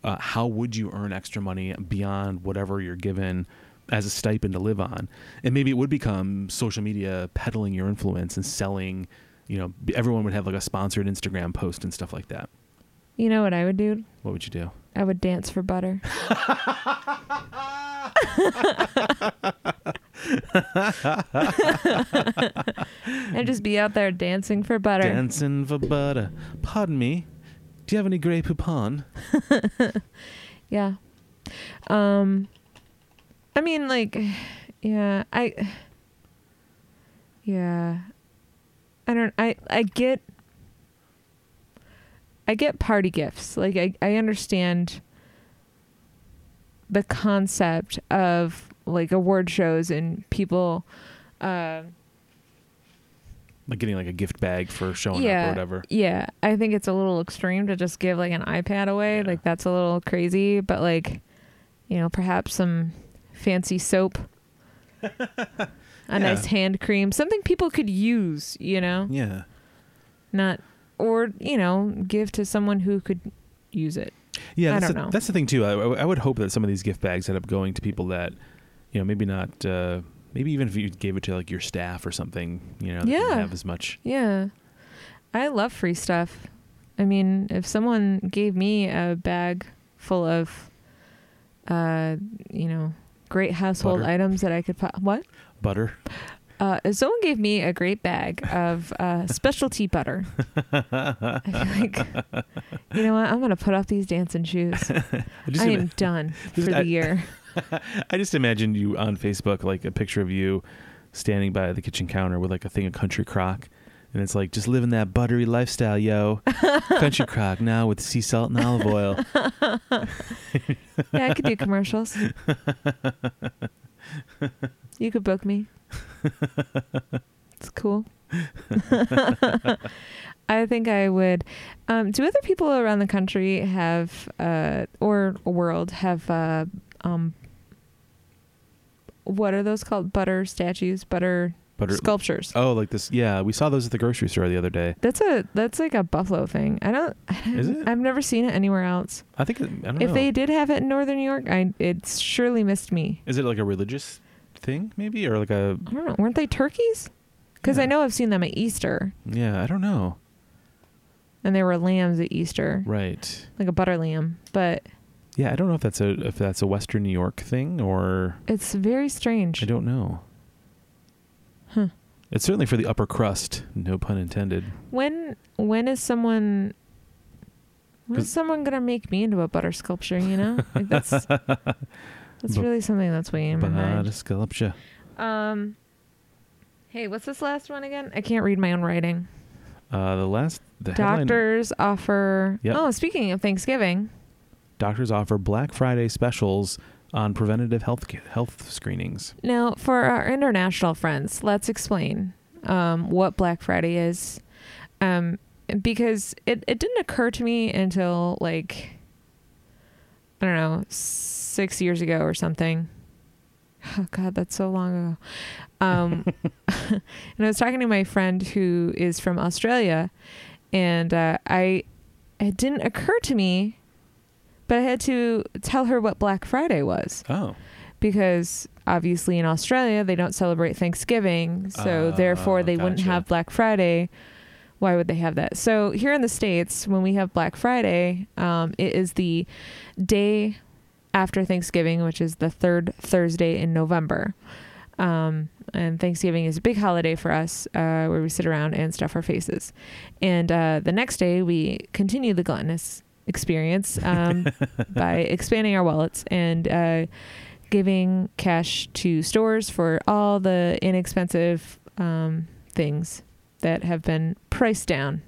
S2: Uh, how would you earn extra money beyond whatever you're given as a stipend to live on? And maybe it would become social media peddling your influence and selling. You know, b- everyone would have like a sponsored Instagram post and stuff like that.
S1: You know what I would do?
S2: What would you do?
S1: I would dance for butter. and just be out there dancing for butter.
S2: Dancing for butter. Pardon me. Do you have any Grey Poupon?
S1: Yeah. Um I mean like Yeah, I. Yeah, I don't. I I get. I get party gifts. Like I I understand. The concept of like award shows and people. Uh,
S2: Like getting like a gift bag for showing up
S1: Yeah.
S2: or whatever.
S1: yeah, I think it's a little extreme to just give like an iPad away.
S2: Yeah.
S1: Like that's a little crazy, but like, you know, perhaps some fancy soap, a nice hand cream, something people could use. You know,
S2: Yeah.
S1: not or you know, give to someone who could use it.
S2: Yeah,
S1: I
S2: that's
S1: don't
S2: the,
S1: know.
S2: that's the thing too. I, I would hope that some of these gift bags end up going to people that, you know, maybe not, uh, maybe even if you gave it to like your staff or something, you know, that didn't
S1: Yeah.
S2: have as much.
S1: Yeah, I love free stuff. I mean, if someone gave me a bag full of, uh, you know, great household
S2: Butter.
S1: items that I could po- what.
S2: Butter.
S1: Uh, if someone gave me a great bag of uh, specialty butter, I feel like, you know what? I'm going to put off these dancing shoes.
S2: I just,
S1: I am done for
S2: just-
S1: the
S2: I-
S1: year.
S2: I just imagined you on Facebook, like a picture of you standing by the kitchen counter with like a thing of country crock. And it's like just living that buttery lifestyle, yo. Country crock now with sea salt and olive oil.
S1: Yeah, I could do commercials. You could book me. It's cool. I think I would. Um, do other people around the country have, uh, or world have, uh, um, what are those called? Butter statues, butter
S2: Butter.
S1: sculptures.
S2: oh, like this. Yeah, we saw those at the grocery store the other day.
S1: That's a that's like a buffalo thing. I don't. I don't
S2: Is it?
S1: I've never seen it anywhere else.
S2: I think, it- I don't
S1: if
S2: know.
S1: they did have it in northern New York, I it surely missed me.
S2: Is it like a religious thing, maybe, or like a
S1: I don't know. Weren't they turkeys? Because I
S2: Yeah.
S1: know I've seen them at Easter,
S2: yeah? I don't know.
S1: and there were lambs at Easter,
S2: Right?
S1: like a butter lamb. But
S2: Yeah, I don't know if that's a if that's a Western New York thing or
S1: it's very strange.
S2: I don't know.
S1: Huh.
S2: It's certainly for the upper crust, no pun intended.
S1: When when is someone when
S2: 'Cause-
S1: is someone gonna make me into a butter sculpture? You know, like that's that's
S2: Bu-
S1: really something that's weighing in my
S2: Bada
S1: mind.
S2: sculpture.
S1: Um, hey, what's this last one again? I can't read my own writing.
S2: Uh, the last the headline-
S1: Doctors offer.
S2: Yep.
S1: Oh, speaking of Thanksgiving,
S2: doctors offer Black Friday specials on preventative health ca- health screenings.
S1: now for our international friends, let's explain um, what Black Friday is, um, because it it didn't occur to me until like I don't know six years ago or something. Oh God, that's so long ago. Um, and I was talking to my friend who is from Australia, and uh, I it didn't occur to me, but I had to tell her what Black Friday was
S2: Oh,
S1: because obviously in Australia they don't celebrate Thanksgiving, so
S2: Ah,
S1: therefore they wouldn't
S2: gotcha.
S1: have Black Friday. Why would they have that? So here in the states, when we have Black Friday, um, it is the day after Thanksgiving, which is the third Thursday in November. Um, and Thanksgiving is a big holiday for us, uh, where we sit around and stuff our faces. And uh, the next day, we continue the gluttonous experience um, by expanding our wallets and uh, giving cash to stores for all the inexpensive um, things that have been priced down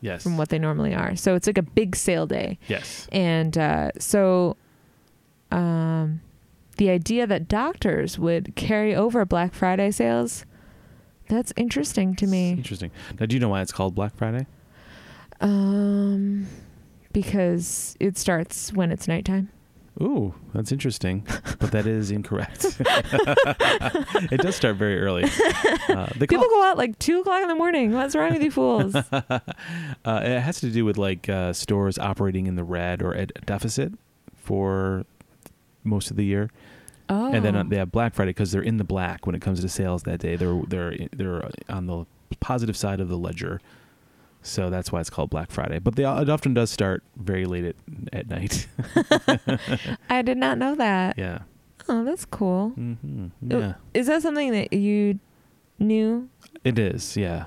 S2: yes,
S1: from what they normally are. So it's like a big sale day.
S2: yes,
S1: And uh, so um, the idea that doctors would carry over Black Friday sales, that's interesting to me.
S2: Interesting. Now, do you know why it's called Black Friday?
S1: Um, because it starts when it's nighttime.
S2: Ooh, that's interesting, but that is incorrect. it does start very early. Uh, they call
S1: People go out like two o'clock in the morning. What's wrong with you fools?
S2: uh, it has to do with like uh, stores operating in the red or at a deficit for most of the year,
S1: Oh,
S2: and then uh, they have Black Friday because they're in the black when it comes to sales that day. They're they're they're on the positive side of the ledger, so that's why it's called Black Friday. But they, uh, it often does start very late at, at night.
S1: I did not know that.
S2: yeah.
S1: Oh, that's cool.
S2: hmm
S1: Oh,
S2: Yeah.
S1: Is that something that you knew?
S2: It is. Yeah.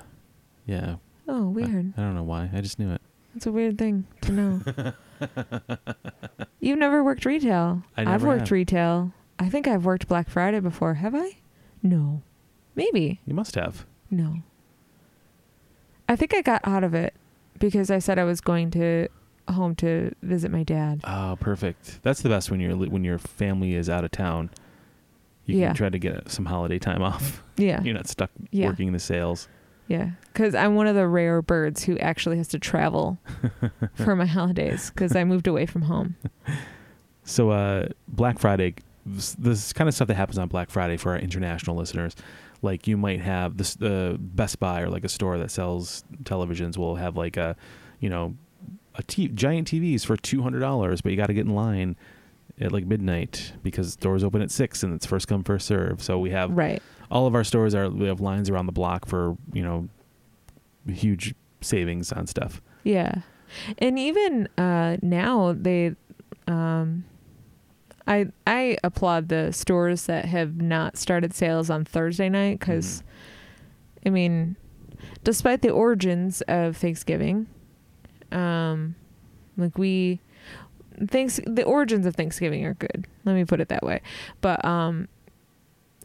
S2: Yeah.
S1: Oh, weird.
S2: I, I don't know why. I just knew it.
S1: That's a weird thing to know. You've never worked retail.
S2: I
S1: I've
S2: never
S1: worked
S2: have.
S1: retail. I think I've worked Black Friday before. Have I? No. Maybe.
S2: You must have.
S1: No. I think I got out of it because I said I was going to home to visit my dad.
S2: Oh, perfect. That's the best when your when your family is out of town. You
S1: Yeah.
S2: can try to get some holiday time off.
S1: Yeah.
S2: You're not stuck
S1: Yeah.
S2: working the sales.
S1: Yeah. Cuz I'm one of the rare birds who actually has to travel for my holidays cuz I moved away from home.
S2: So uh, Black Friday, this, this kind of stuff that happens on Black Friday for our international listeners, like you might have this uh, Best Buy or like a store that sells televisions will have like a, you know, a t- giant TVs for two hundred dollars, but you got to get in line at like midnight because doors open at six and it's first come first serve. So we have
S1: Right.
S2: all of our stores are we have lines around the block for you know huge savings on stuff.
S1: Yeah. And even uh now they um I I applaud the stores that have not started sales on Thursday night cuz I mean despite the origins of Thanksgiving um like we thanks the origins of Thanksgiving are good. Let me put it that way. But um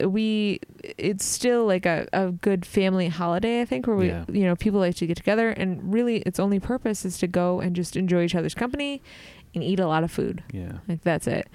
S1: we it's still like a, a good family holiday i think where we
S2: Yeah.
S1: you know people like to get together and really its only purpose is to go and just enjoy each other's company and eat a lot of food
S2: Yeah,
S1: like that's it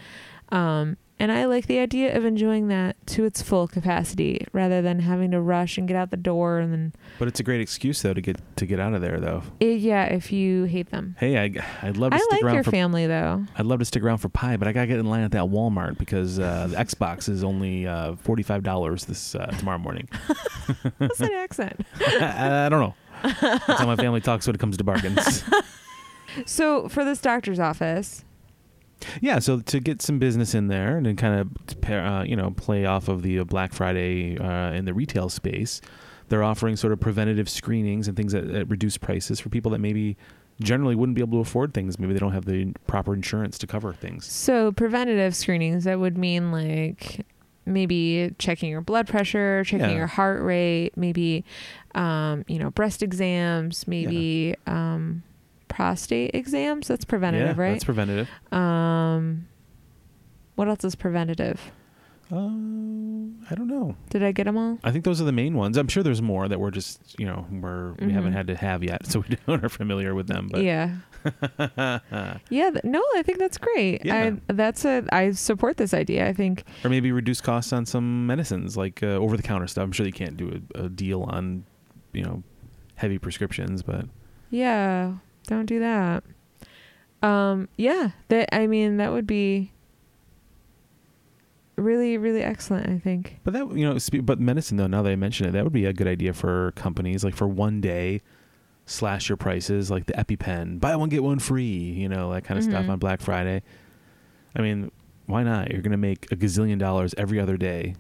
S1: um and i like the idea of enjoying that to its full capacity rather than having to rush and get out the door and then
S2: but it's a great excuse though to get to get out of there though.
S1: it, yeah if you hate them
S2: Hey, I, I'd love to
S1: i
S2: stick
S1: like
S2: around
S1: your
S2: for
S1: family though
S2: I'd love to stick around for pie, but I gotta get in line at that Walmart because uh, the Xbox is only uh, forty five dollars this uh, tomorrow morning.
S1: what's that accent
S2: I, I don't know. That's how my family talks when it comes to bargains.
S1: so for this doctor's office
S2: yeah, so to get some business in there and then kind of to pair, uh, you know play off of the uh, Black Friday uh, in the retail space, they're offering sort of preventative screenings and things at, at reduced prices for people that maybe generally wouldn't be able to afford things. Maybe they don't have the proper insurance to cover things.
S1: So preventative screenings that would mean like maybe checking your blood pressure, checking
S2: Yeah.
S1: your heart rate, maybe um, you know breast exams, maybe um, prostate exams. That's preventative,
S2: yeah,
S1: right?
S2: That's preventative.
S1: um, what else is preventative?
S2: Um, I don't know.
S1: Did I get them all?
S2: I think those are the main ones. I'm sure there's more that we're just you know we're we haven't
S1: Mhm.
S2: had to have yet, so we don't are familiar with them. But
S1: yeah. yeah. Th- no, I think that's great.
S2: Yeah.
S1: I that's a I support this idea. I think
S2: or maybe reduce costs on some medicines like uh, over the counter stuff. I'm sure they can't do a, a deal on you know heavy prescriptions, but
S1: Yeah, don't do that. Um, yeah, that I mean that would be really really excellent, I think.
S2: but that you know spe- but medicine though now that I mention it, that would be a good idea for companies like for one day slash your prices like the EpiPen, buy one get one free, you know that kind of stuff
S1: Mhm.
S2: on Black Friday. I mean, why not? You're gonna make a gazillion dollars every other day.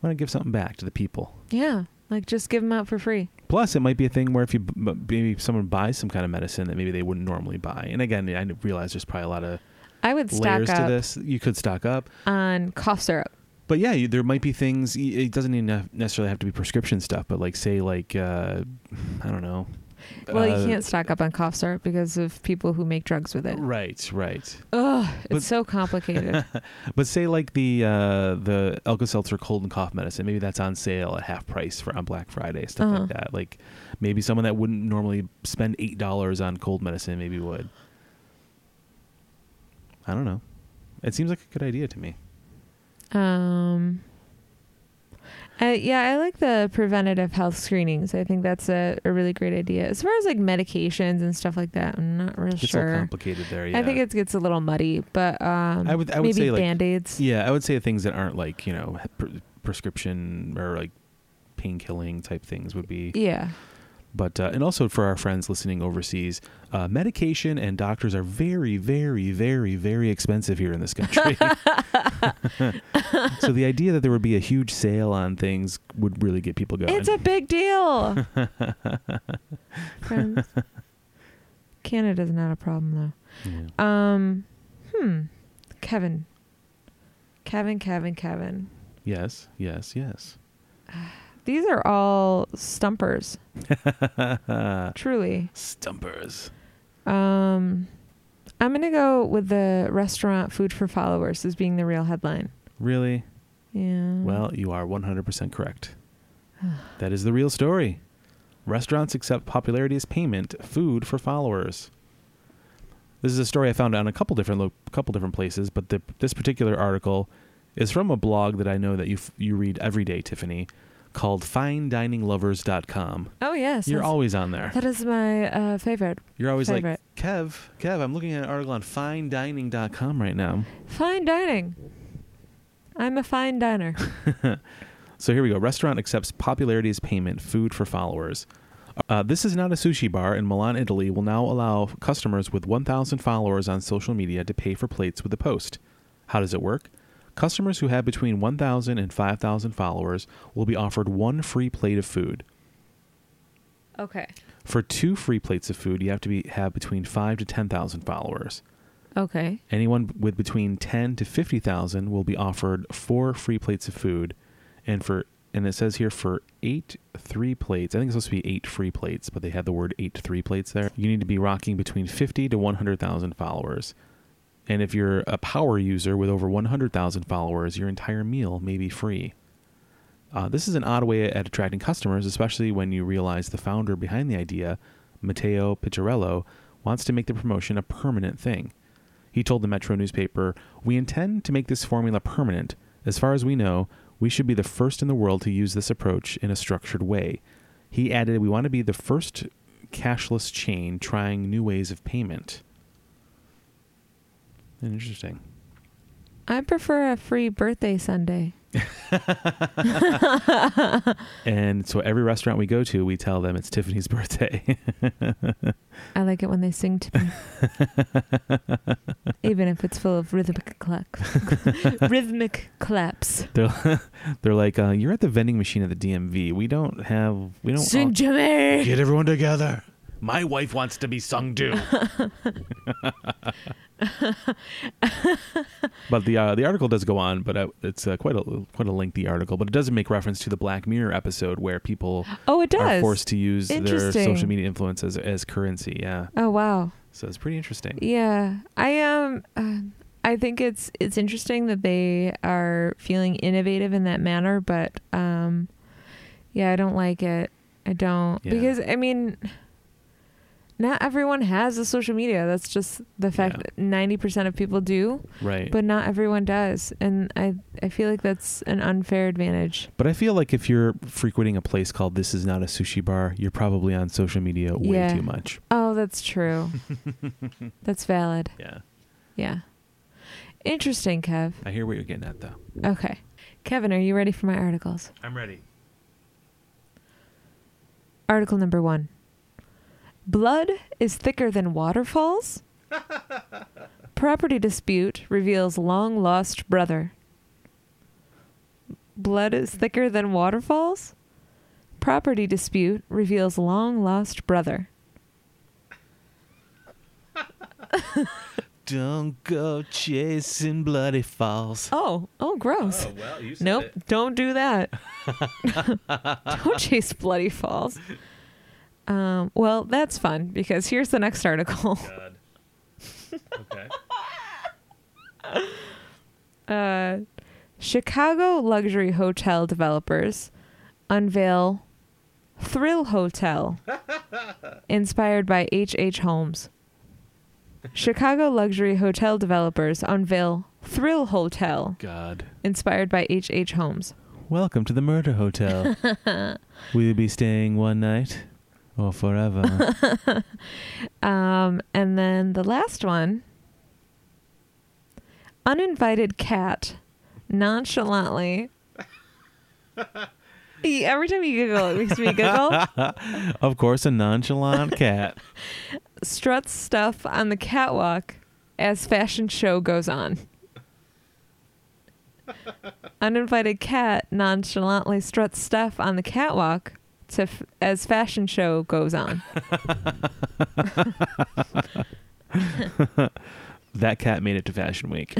S2: Why not give something back to the people?
S1: Yeah, like just give them out for free.
S2: Plus, it might be a thing where if you b- b- maybe someone buys some kind of medicine that maybe they wouldn't normally buy. And again, I realize there's probably a lot of
S1: I would stack
S2: layers to
S1: up
S2: this. You could stock up,
S1: on cough syrup.
S2: but yeah, you, there might be things. y- It doesn't even have- necessarily have to be prescription stuff, but like say like uh, I don't know.
S1: Well,
S2: Uh,
S1: you can't stock up on cough syrup because of people who make drugs with it.
S2: Right, right.
S1: Ugh,
S2: But-
S1: it's so complicated.
S2: But say like the uh, the Elka Seltzer cold and cough medicine. Maybe that's on sale at half price for on Black Friday, stuff
S1: Uh-huh.
S2: like that. Like maybe someone that wouldn't normally spend eight dollars on cold medicine maybe would. I don't know. It seems like a good idea to me.
S1: um I, yeah, I like the preventative health screenings. I think that's a, a really great idea. As far as like medications and stuff like that, I'm not real
S2: It's
S1: sure.
S2: all complicated there. Yeah.
S1: I think it gets a little muddy, but um,
S2: I would- I would
S1: maybe
S2: say, like-
S1: band-aids.
S2: Yeah, I would say things that aren't like you know pre- prescription or like pain killing type things would be
S1: yeah,
S2: But uh, and also for our friends listening overseas, uh, medication and doctors are very, very, very, very expensive here in this country. so the idea that there would be a huge sale on things would really get people going.
S1: it's a big deal. Friends. Canada's not a problem
S2: Yeah.
S1: though. Um, hmm, Kevin, Kevin, Kevin, Kevin.
S2: Yes, yes, yes.
S1: These are all stumpers, truly.
S2: Stumpers.
S1: Um, I'm gonna go with the restaurant food for followers as being the real headline.
S2: Really?
S1: Yeah.
S2: Well, you are 100% correct. that is the real story. Restaurants accept popularity as payment, food for followers. This is a story I found on a couple different lo- couple different places, but the, this particular article is from a blog that I know that you f- you read every day, Tiffany, called FineDiningLovers.com.
S1: Oh yes.
S2: You're
S1: that's-
S2: always on there.
S1: That is my uh, favorite.
S2: You're always
S1: favorite.
S2: like, Kev, Kev, I'm looking at an article on FineDining.com right now.
S1: Fine dining. I'm a fine diner.
S2: So here we go. Restaurant accepts popularity as payment, food for followers. Uh, this is not a sushi bar in Milan, Italy, will now allow customers with 1,000 followers on social media to pay for plates with a post. How does it work? Customers who have between 1,000 and 5,000 followers will be offered one free plate of food.
S1: okay.
S2: For two free plates of food, you have to be, have between 5 to 10,000 followers.
S1: Okay.
S2: Anyone with between 10 to 50,000 will be offered four free plates of food and for and it says here for 8 3 plates. I think it's supposed to be 8 free plates, but they had the word 8 3 plates there. You need to be rocking between 50 to 100,000 followers. And if you're a power user with over 100,000 followers, your entire meal may be free. Uh, this is an odd way at attracting customers, especially when you realize the founder behind the idea, Matteo Picciarello, wants to make the promotion a permanent thing. He told the Metro newspaper, We intend to make this formula permanent. As far as we know, we should be the first in the world to use this approach in a structured way. He added, We want to be the first cashless chain trying new ways of payment. Interesting.
S1: I prefer a free birthday Sunday.
S2: And so every restaurant we go to, we tell them it's Tiffany's birthday.
S1: I like it when they sing to me, even if it's full of rhythmic claps. rhythmic claps.
S2: they're, they're like, uh, You're at the vending machine at the DMV. We don't have, we don't
S1: Sing to me.
S2: Get everyone together. My wife wants to be sung to. but the uh, the article does go on, but uh, it's uh, quite a quite a lengthy article. But it does make reference to the Black Mirror episode where people
S1: Oh, it
S2: are
S1: does.
S2: forced to use their
S1: Interesting.
S2: social media influence as, as currency. Yeah,
S1: oh wow.
S2: so it's pretty interesting.
S1: Yeah, I um, um, I think it's it's interesting that they are feeling innovative in that manner, but um, yeah, I don't like it. I don't
S2: Yeah.
S1: because I mean, not everyone has a social media. That's just the fact
S2: Yeah.
S1: that ninety percent of people do,
S2: Right.
S1: but not everyone does, and I I feel like that's an unfair advantage.
S2: But I feel like if you're frequenting a place called This Is Not a Sushi Bar, you're probably on social media way
S1: Yeah.
S2: too much.
S1: Oh, that's true. that's valid.
S2: Yeah.
S1: Yeah. Interesting, Kev.
S2: I hear what you're getting at, though.
S1: Okay. Kevin, are you ready for my articles?
S2: I'm ready.
S1: Article number one Blood is thicker than waterfalls? Property dispute reveals long lost brother. Blood is thicker than waterfalls? Property dispute reveals long lost brother.
S2: Don't go chasing bloody falls.
S1: Oh, oh, gross.
S2: well, you
S1: nope, don't do that. don't chase bloody falls. Um, well, that's fun because here's the next article.
S2: God. Okay.
S1: uh, Chicago luxury hotel developers unveil Thrill Hotel inspired by H.H. H. Holmes. Chicago luxury hotel developers unveil Thrill Hotel
S2: God.
S1: inspired by H.H. H. Holmes.
S2: Welcome to the murder hotel. Will you be staying one night or forever?
S1: Um, and then the last one uninvited cat nonchalantly. E- Every time you giggle, it makes me giggle.
S2: of course, a nonchalant cat.
S1: struts stuff on the catwalk as fashion show goes on. Uninvited cat nonchalantly struts stuff on the catwalk to f- as fashion show goes on.
S2: That cat made it to Fashion Week.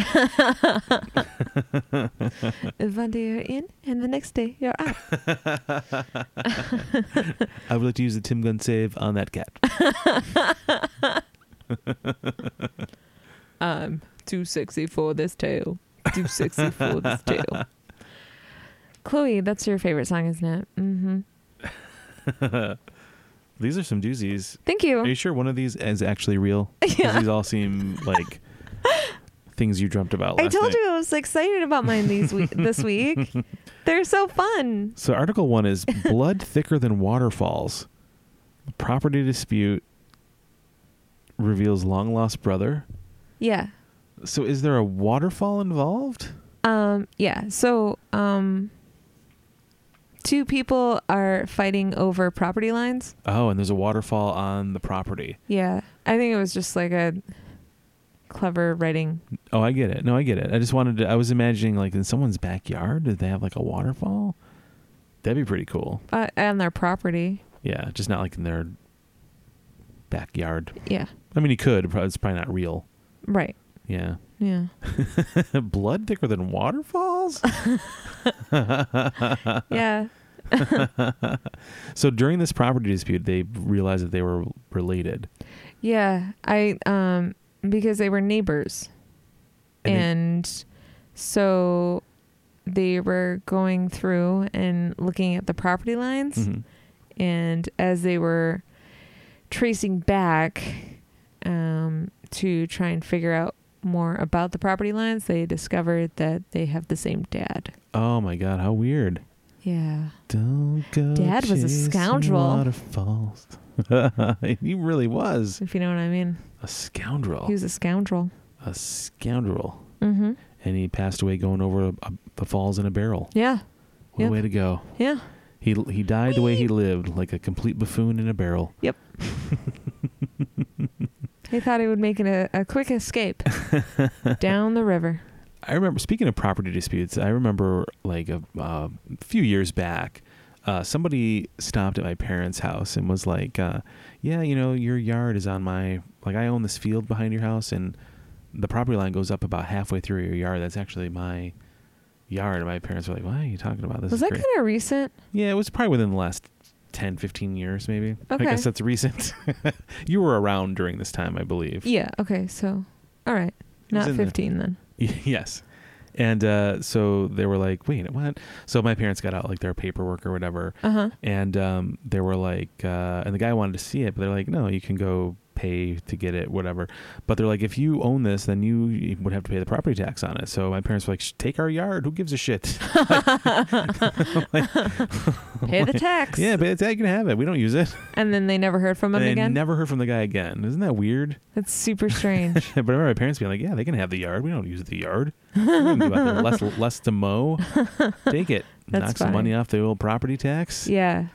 S1: One day you're in, and the next day you're out.
S2: I would like to use the Tim Gun save on that cat.
S1: I'm too sexy for this tail. Too sexy for this tail. Chloe, that's your favorite song, isn't it? Mm-hmm.
S2: These are some doozies.
S1: Thank you.
S2: Are you sure one of these is actually real? 'Cause These all seem like things you dreamt about. Last
S1: I told
S2: night.
S1: you I was excited about mine these week, this week. They're so fun.
S2: So article one is blood thicker than waterfalls. Property dispute reveals long lost brother.
S1: Yeah.
S2: So is there a waterfall involved?
S1: Um, yeah. So, um, two people are fighting over property lines.
S2: Oh, and there's a waterfall on the property.
S1: Yeah. I think it was just like a clever writing.
S2: Oh, I get it. No, I get it. I just wanted to I was imagining like in someone's backyard, did they have like a waterfall? That'd be pretty cool.
S1: Uh, on their property.
S2: Yeah, just not like in their backyard.
S1: Yeah.
S2: I mean, you could, but it's probably not real.
S1: Right.
S2: Yeah.
S1: Yeah.
S2: Blood thicker than waterfalls?
S1: yeah.
S2: So during this property dispute, they realized that they were related.
S1: Yeah. I, um, because they were neighbors.
S2: And they-
S1: and so they were going through and looking at the property lines
S2: Mhm.
S1: and as they were tracing back um, to try and figure out more about the property lines they discovered that they have the same dad
S2: Oh my god, how weird!
S1: yeah
S2: Don't go.
S1: Dad was a
S2: chasing
S1: scoundrel.
S2: Waterfalls. he really was
S1: if you know what i mean
S2: a scoundrel.
S1: he was a scoundrel
S2: a scoundrel,
S1: mm-hmm
S2: and he passed away going over a, a, the falls in a barrel.
S1: yeah
S2: What
S1: Yep.
S2: a way to go!
S1: yeah
S2: He he died the way he lived, like a complete buffoon in a barrel.
S1: they thought he would make an, a, a quick escape down the river
S2: I remember speaking of property disputes. I remember like a uh, few years back, uh, somebody stopped at my parents' house and was like, uh, "Yeah, you know, your yard is on my like I own this field behind your house, and the property line goes up about halfway through your yard. That's actually my yard." And my parents were like, "Why are you talking about this?"
S1: was that
S2: is great."
S1: kind of recent
S2: yeah, it was probably within the last 10, 15 years, maybe.
S1: Okay.
S2: I guess that's recent. you were around during this time, I believe.
S1: yeah okay so all right
S2: It was
S1: not
S2: in the-
S1: 15 then
S2: yes. And uh, so they were like, wait, what? So my parents got out like their paperwork or whatever.
S1: Uh-huh.
S2: And um, they were like, uh, and the guy wanted to see it, but they're like, no, you can go pay to get it, whatever. But they're like, if you own this, then you would have to pay the property tax on it. So my parents were like, "Sh- take our yard. Who gives a shit?
S1: Pay the tax.
S2: yeah, but it's, you can have it. We don't use it.
S1: And then they never heard from him
S2: And I
S1: again.
S2: never heard from the guy again. Isn't that weird?
S1: That's super strange.
S2: but I remember my parents being like, yeah, they can have the yard. We don't use the yard. What are you gonna do out there? less, less to mow. Take it.
S1: That's
S2: Knock some
S1: fine.
S2: money off the old property tax.
S1: yeah.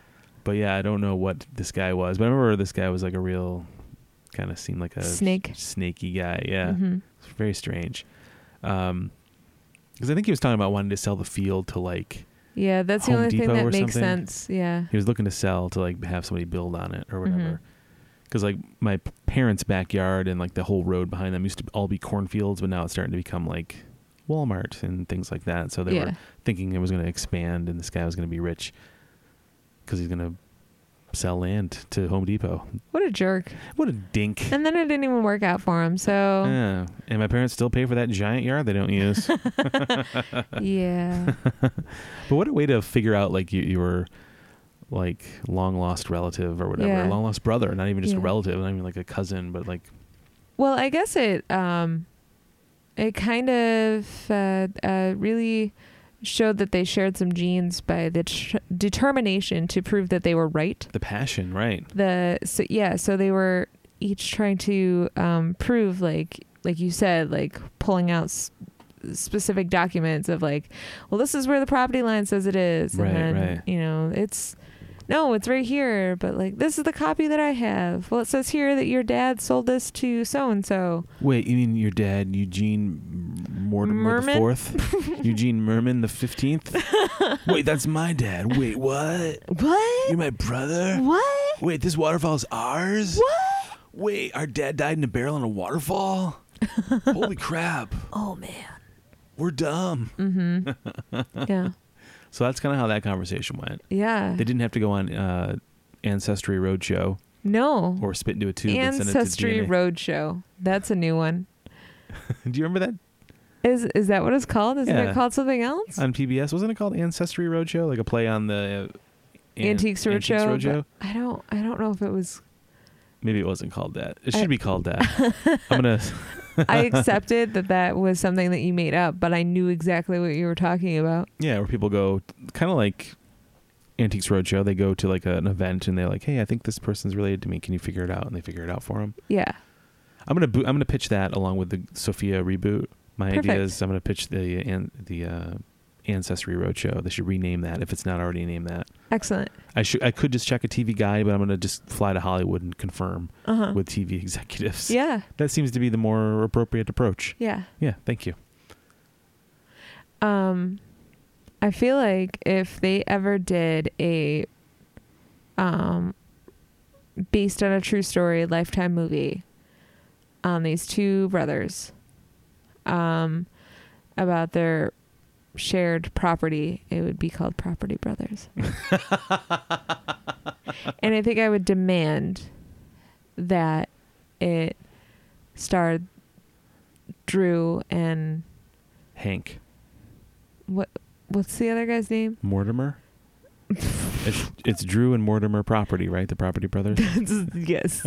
S2: But yeah, I don't know what this guy was. But I remember this guy was like a real, kind of seemed like a
S1: Snake.
S2: snaky guy. Yeah.
S1: Mhm.
S2: It's very strange. Um, because I think he was talking about wanting to sell the field to like
S1: Yeah, that's
S2: Home
S1: the only
S2: Depot
S1: thing
S2: or
S1: that makes
S2: something?
S1: sense. Yeah.
S2: he was looking to sell to like have somebody build on it or
S1: Mhm.
S2: whatever. Because like my p- parents' backyard and like the whole road behind them used to all be cornfields, but now it's starting to become like Walmart and things like that. So they
S1: yeah.
S2: were thinking it was going to expand and this guy was going to be rich because he's going to sell land to Home Depot.
S1: What a jerk.
S2: What a dink.
S1: And then it didn't even work out for him. So,
S2: Yeah. And my parents still pay for that giant yard they don't use. but
S1: yeah.
S2: what a way to figure out like you, you were like long lost relative or whatever,
S1: Yeah.
S2: long lost brother, not even just a
S1: Yeah.
S2: relative, not even like a cousin, but like
S1: Well, I guess it um it kind of uh, uh really showed that they shared some genes by the tr- determination to prove that they were right.
S2: the passion, right?
S1: the so yeah so they were each trying to um prove like like you said like pulling out s- specific documents of like well this is where the property line says it is and
S2: Right,
S1: then
S2: right.
S1: you know it's no it's right here but like this is the copy that i have well it says here that your dad sold this to so and so
S2: Wait, you mean your dad, Eugene Mortimer the
S1: Merman?
S2: Fourth? Eugene Merman the Fifteenth? Wait, that's my dad. Wait, what?
S1: what
S2: You're my brother?
S1: what
S2: Wait, this waterfall's ours?
S1: what
S2: Wait, our dad died in a barrel in a waterfall? Holy crap.
S1: oh man
S2: We're dumb.
S1: Mm-hmm. yeah
S2: So that's kind of how that conversation went.
S1: yeah
S2: They didn't have to go on uh, Ancestry Roadshow
S1: no
S2: or spit into a tube and send it to
S1: ancestry
S2: DNA.
S1: roadshow that's a new one
S2: Do you remember that?
S1: Is is that what it's called? Isn't
S2: Yeah.
S1: it called something else?
S2: on PBS. Wasn't it called Ancestry Roadshow? Like a play on the uh, An-
S1: Antiques Roadshow,
S2: Antiques Roadshow?
S1: I don't I don't know if it was
S2: Maybe it wasn't called that. It
S1: I-
S2: should be called that. I'm gonna.
S1: I accepted that that was something that you made up, but I knew exactly what you were talking about.
S2: Yeah, where people go, kind of like Antiques Roadshow. They go to like an event and they're like, "Hey, I think this person's related to me. Can you figure it out?" And they figure it out for them.
S1: Yeah.
S2: I'm gonna bo- I'm gonna pitch that along with the Sophia reboot. My idea
S1: Perfect.
S2: is I'm gonna pitch the an- the uh, Ancestry Roadshow. They should rename that if it's not already named that.
S1: Excellent.
S2: I should I could just check a TV guide, but I'm gonna just fly to Hollywood and confirm
S1: Uh-huh.
S2: with TV executives.
S1: yeah.
S2: that seems to be the more appropriate approach.
S1: Yeah.
S2: Yeah, thank you.
S1: Um I feel like if they ever did a um based on a true story lifetime movie on these two brothers um about their shared property, it would be called Property Brothers. and I think I would demand that it starred Drew and
S2: Hank
S1: what's the other guy's name?
S2: Mortimer. it's, it's Drew and Mortimer property, right? The Property Brothers.
S1: yes.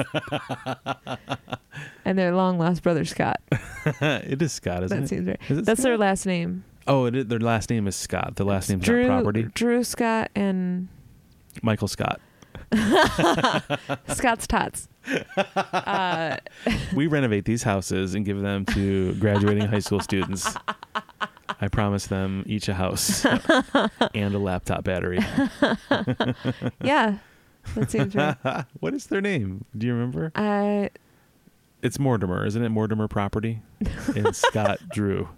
S1: and their long lost brother Scott.
S2: it is Scott, isn't
S1: that
S2: it?
S1: seems right.
S2: Is it
S1: That's their
S2: Scott?
S1: last name.
S2: Oh, it is, their last name is Scott. The last name's
S1: Drew,
S2: not property.
S1: Drew Scott and
S2: Michael Scott.
S1: Scott's tots. Uh,
S2: We renovate these houses and give them to graduating high school students. I promise them each a house and a laptop battery.
S1: yeah, that seems right.
S2: what is their name? Do you remember?
S1: Uh,
S2: It's Mortimer, isn't it? Mortimer Property and Scott Drew.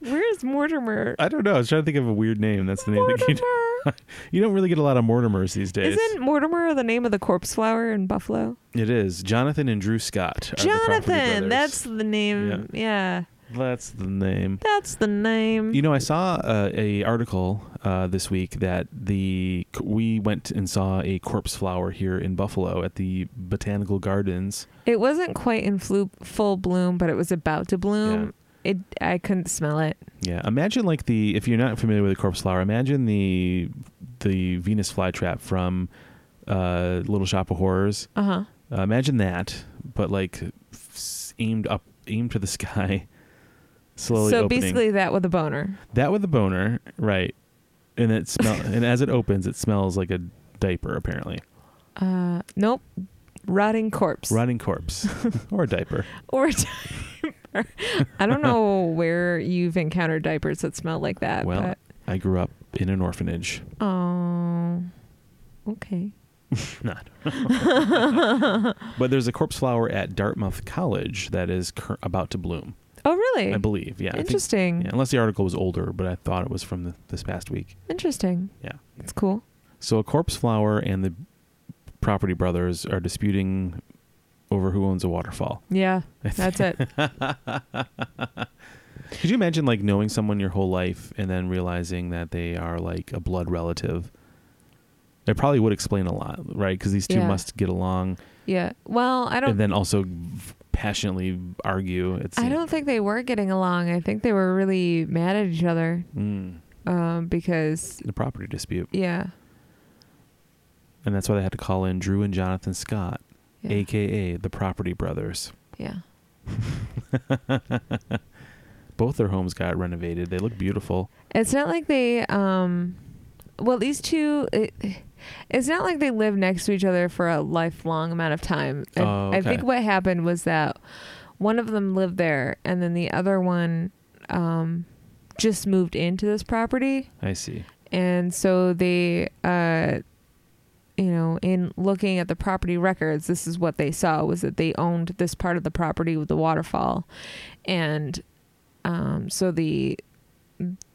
S1: where is Mortimer?
S2: I don't know. I was trying to think of a weird name. That's the name that you,
S1: Mortimer.
S2: you don't really get a lot of Mortimers these days.
S1: Isn't Mortimer the name of the corpse flower in Buffalo?
S2: It is Jonathan and Drew Scott. are the Property
S1: Jonathan.
S2: Brothers.
S1: That's the name. Yeah.
S2: that's the name.
S1: That's the name.
S2: You know, I saw uh, a article uh, this week that the we went and saw a corpse flower here in Buffalo at the Botanical Gardens.
S1: It wasn't quite in flu- full bloom, but it was about to bloom. It I couldn't smell it.
S2: Yeah, imagine like the if you're not familiar with the corpse flower, imagine the the Venus flytrap from uh, Little Shop of Horrors.
S1: Uh huh.
S2: Uh, imagine that, but like f- aimed up, aimed to the sky, slowly.
S1: So
S2: opening.
S1: basically, that with a boner.
S2: that with a boner, right? And it smell, and as it opens, it smells like a diaper, apparently,
S1: Uh, nope. Rotting corpse.
S2: rotting corpse or a diaper.
S1: or diaper. I don't know where you've encountered diapers that smell like that.
S2: Well, I grew up in an orphanage.
S1: but, oh, okay.
S2: Not. but there's a corpse flower at Dartmouth College that is cur- about to bloom,
S1: Oh, really?
S2: I believe. Yeah, I think-
S1: Interesting.
S2: yeah, unless the article was older, but I thought it was from the, this past week.
S1: Interesting.
S2: Yeah.
S1: It's cool.
S2: So a corpse flower and the property brothers are disputing over who owns a waterfall.
S1: Yeah. That's it.
S2: Could you imagine like knowing someone your whole life and then realizing that they are like a blood relative? It probably would explain a lot, right? Because these two
S1: Yeah.
S2: must get along
S1: Yeah. Well, I don't.
S2: and then also passionately argue. It's
S1: I don't think they were getting along. I think they were really mad at each other
S2: Mm,
S1: um, because,
S2: the property dispute,
S1: yeah.
S2: and that's why they had to call in Drew and Jonathan Scott,
S1: Yeah.
S2: aka the Property Brothers.
S1: yeah.
S2: Both their homes got renovated. They look beautiful.
S1: It's not like they um well these two it, it's not like they lived next to each other for a lifelong amount of time. I,
S2: Oh,
S1: I think
S2: okay.
S1: what happened was that one of them lived there and then the other one um just moved into this property
S2: I see.
S1: and so they uh you know in looking at the property records this is what they saw was that they owned this part of the property with the waterfall and um so the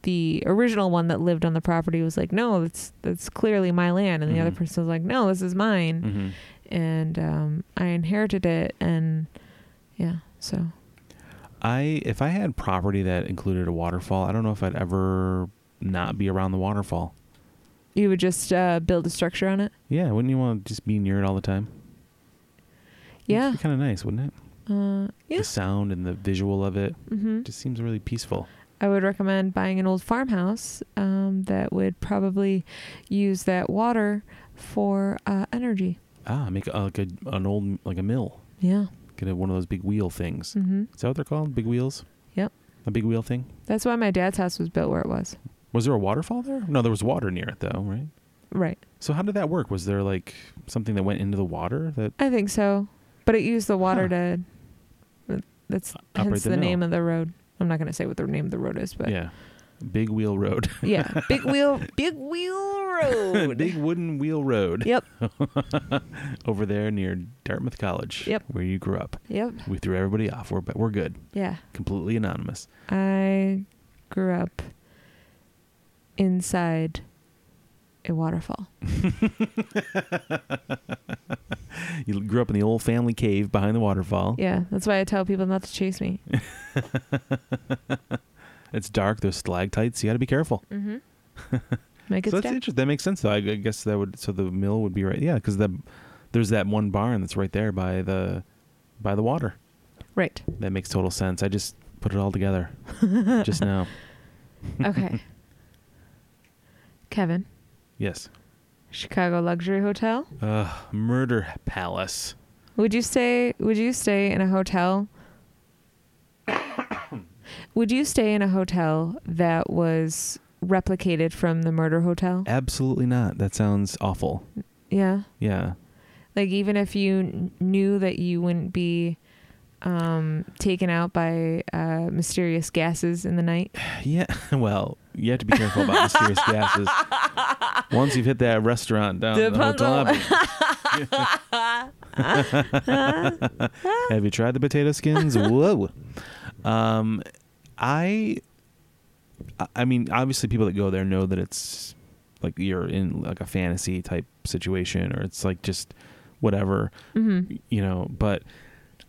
S1: the original one that lived on the property was like no that's that's clearly my land and the other
S2: Mhm.
S1: person was like no this is mine
S2: hmm
S1: and um i inherited it and yeah so
S2: I if I had property that included a waterfall, I don't know if I'd ever not be around the waterfall.
S1: you would just uh build a structure on it
S2: Yeah, wouldn't you want to just be near it all the time?
S1: yeah
S2: kind of nice, wouldn't it?
S1: Uh, yeah.
S2: The sound and the visual of it
S1: hmm
S2: just seems really peaceful.
S1: I would recommend buying an old farmhouse um, that would probably use that water for uh, energy.
S2: Ah, make uh, like a, an old like a mill.
S1: Yeah.
S2: Get a, one of those big wheel things.
S1: hmm
S2: Is that what they're called? Big wheels.
S1: Yep.
S2: A big wheel thing.
S1: That's why my dad's house was built where it was.
S2: Was there a waterfall there? No, there was water near it though, right?
S1: Right.
S2: So how did that work? Was there like something that went into the water that
S1: I think so. But it used the water
S2: Huh.
S1: to. That's
S2: operate
S1: hence
S2: the
S1: the, name
S2: mill.
S1: of the road. I'm not going to say what the name of the road is, but
S2: yeah, big wheel road,
S1: yeah. Big wheel, big wheel road.
S2: big wooden wheel road.
S1: Yep.
S2: Over there near Dartmouth College.
S1: Yep.
S2: Where you grew up.
S1: Yep.
S2: We threw everybody off. We're but we're good.
S1: Yeah.
S2: Completely anonymous.
S1: I grew up inside a waterfall.
S2: You grew up in the old family cave behind the waterfall.
S1: Yeah, that's why I tell people not to chase me.
S2: It's dark. There's stalactites. You got to be careful.
S1: Mm-hmm. Make it
S2: so that's
S1: stack.
S2: interesting. That makes sense, though. I I guess that would. So the mill would be right. Yeah, because the there's that one barn that's right there by the by the water.
S1: Right.
S2: That makes total sense. I just put it all together just now.
S1: Okay. Kevin,
S2: Yes.
S1: Chicago luxury hotel.
S2: Uh, murder palace.
S1: Would you stay? Would you stay in a hotel? would you stay in a hotel that was replicated from the murder hotel?
S2: Absolutely not. That sounds awful.
S1: Yeah.
S2: Yeah.
S1: Like even if you kn- knew that you wouldn't be um, taken out by uh, mysterious gases in the night.
S2: Yeah. Well, you have to be careful about mysterious gases. Once you've hit that restaurant down in the
S1: Depends
S2: hotel
S1: on-
S2: lobby. Have you tried the potato skins? Whoa. Um, I, I- I mean, obviously, people that go there know that it's like you're in like a fantasy type situation, or it's like just whatever,
S1: Mhm.
S2: you know. But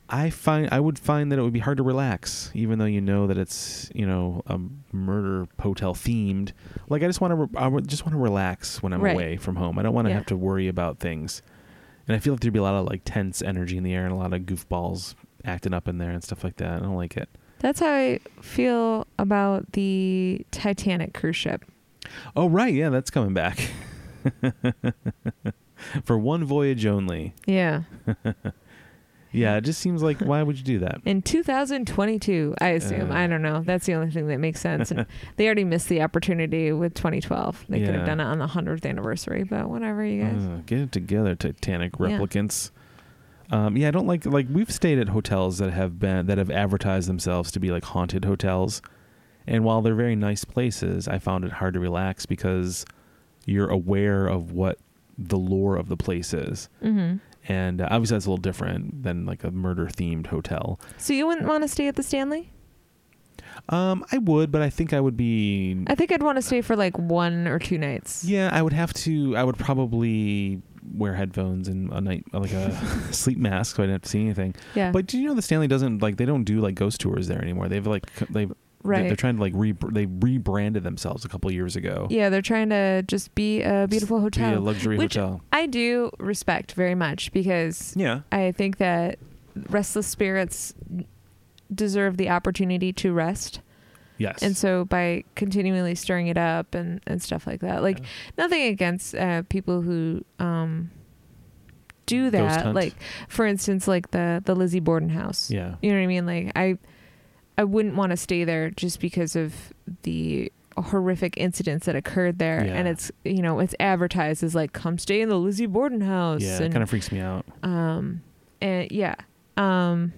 S2: I find I would find that it would be hard to relax, even though you know that it's you know a murder hotel themed. Like I just want to, re- I would just want to relax when I'm
S1: Right.
S2: away from home. I don't want to
S1: Yeah.
S2: have to worry about things. And I feel like there'd be a lot of like tense energy in the air and a lot of goofballs acting up in there and stuff like that. I don't like it.
S1: That's how I feel about the Titanic cruise ship.
S2: Oh right, yeah, that's coming back. For one voyage only.
S1: Yeah.
S2: Yeah, it just seems like why would you do that?
S1: In 2022, I assume.
S2: Uh.
S1: I don't know. That's the only thing that makes sense. And they already missed the opportunity with 2012. They could
S2: Yeah.
S1: have done it on the 100th anniversary, but whatever, you guys.
S2: Ugh, get it together, Titanic
S1: Yeah.
S2: replicants. Um, yeah, I don't like like we've stayed at hotels that have been that have advertised themselves to be like haunted hotels, and while they're very nice places, I found it hard to relax because you're aware of what the lore of the place is,
S1: hmm
S2: and uh, obviously that's a little different than like a murder themed hotel.
S1: So you wouldn't want to stay at the Stanley?
S2: Um, I would, but I think I would be
S1: I think I'd want to stay for like one or two nights.
S2: Yeah, I would have to. I would probably wear headphones and a night like a sleep mask, so I didn't have to see anything.
S1: Yeah.
S2: But do you know the Stanley doesn't like they don't do like ghost tours there anymore. They've like c- they've
S1: right.
S2: they're trying to like re they rebranded themselves a couple years ago.
S1: yeah, they're trying to just be a beautiful
S2: to be a
S1: hotel.
S2: luxury
S1: which-
S2: hotel.
S1: I do respect very much because
S2: Yeah,
S1: I think that restless spirits deserve the opportunity to rest.
S2: yes.
S1: And so by continually stirring it up and, and stuff like that, like
S2: Yeah.
S1: nothing against uh, people who um, do
S2: Ghost
S1: that.
S2: hunt.
S1: Like for instance, like the, the Lizzie Borden house.
S2: yeah,
S1: You know what I mean? Like I I wouldn't want to stay there just because of the horrific incidents that occurred there
S2: Yeah.
S1: and it's you know it's advertised as like come stay in the Lizzie Borden house
S2: yeah. It
S1: and
S2: kind of freaks me out.
S1: um and yeah um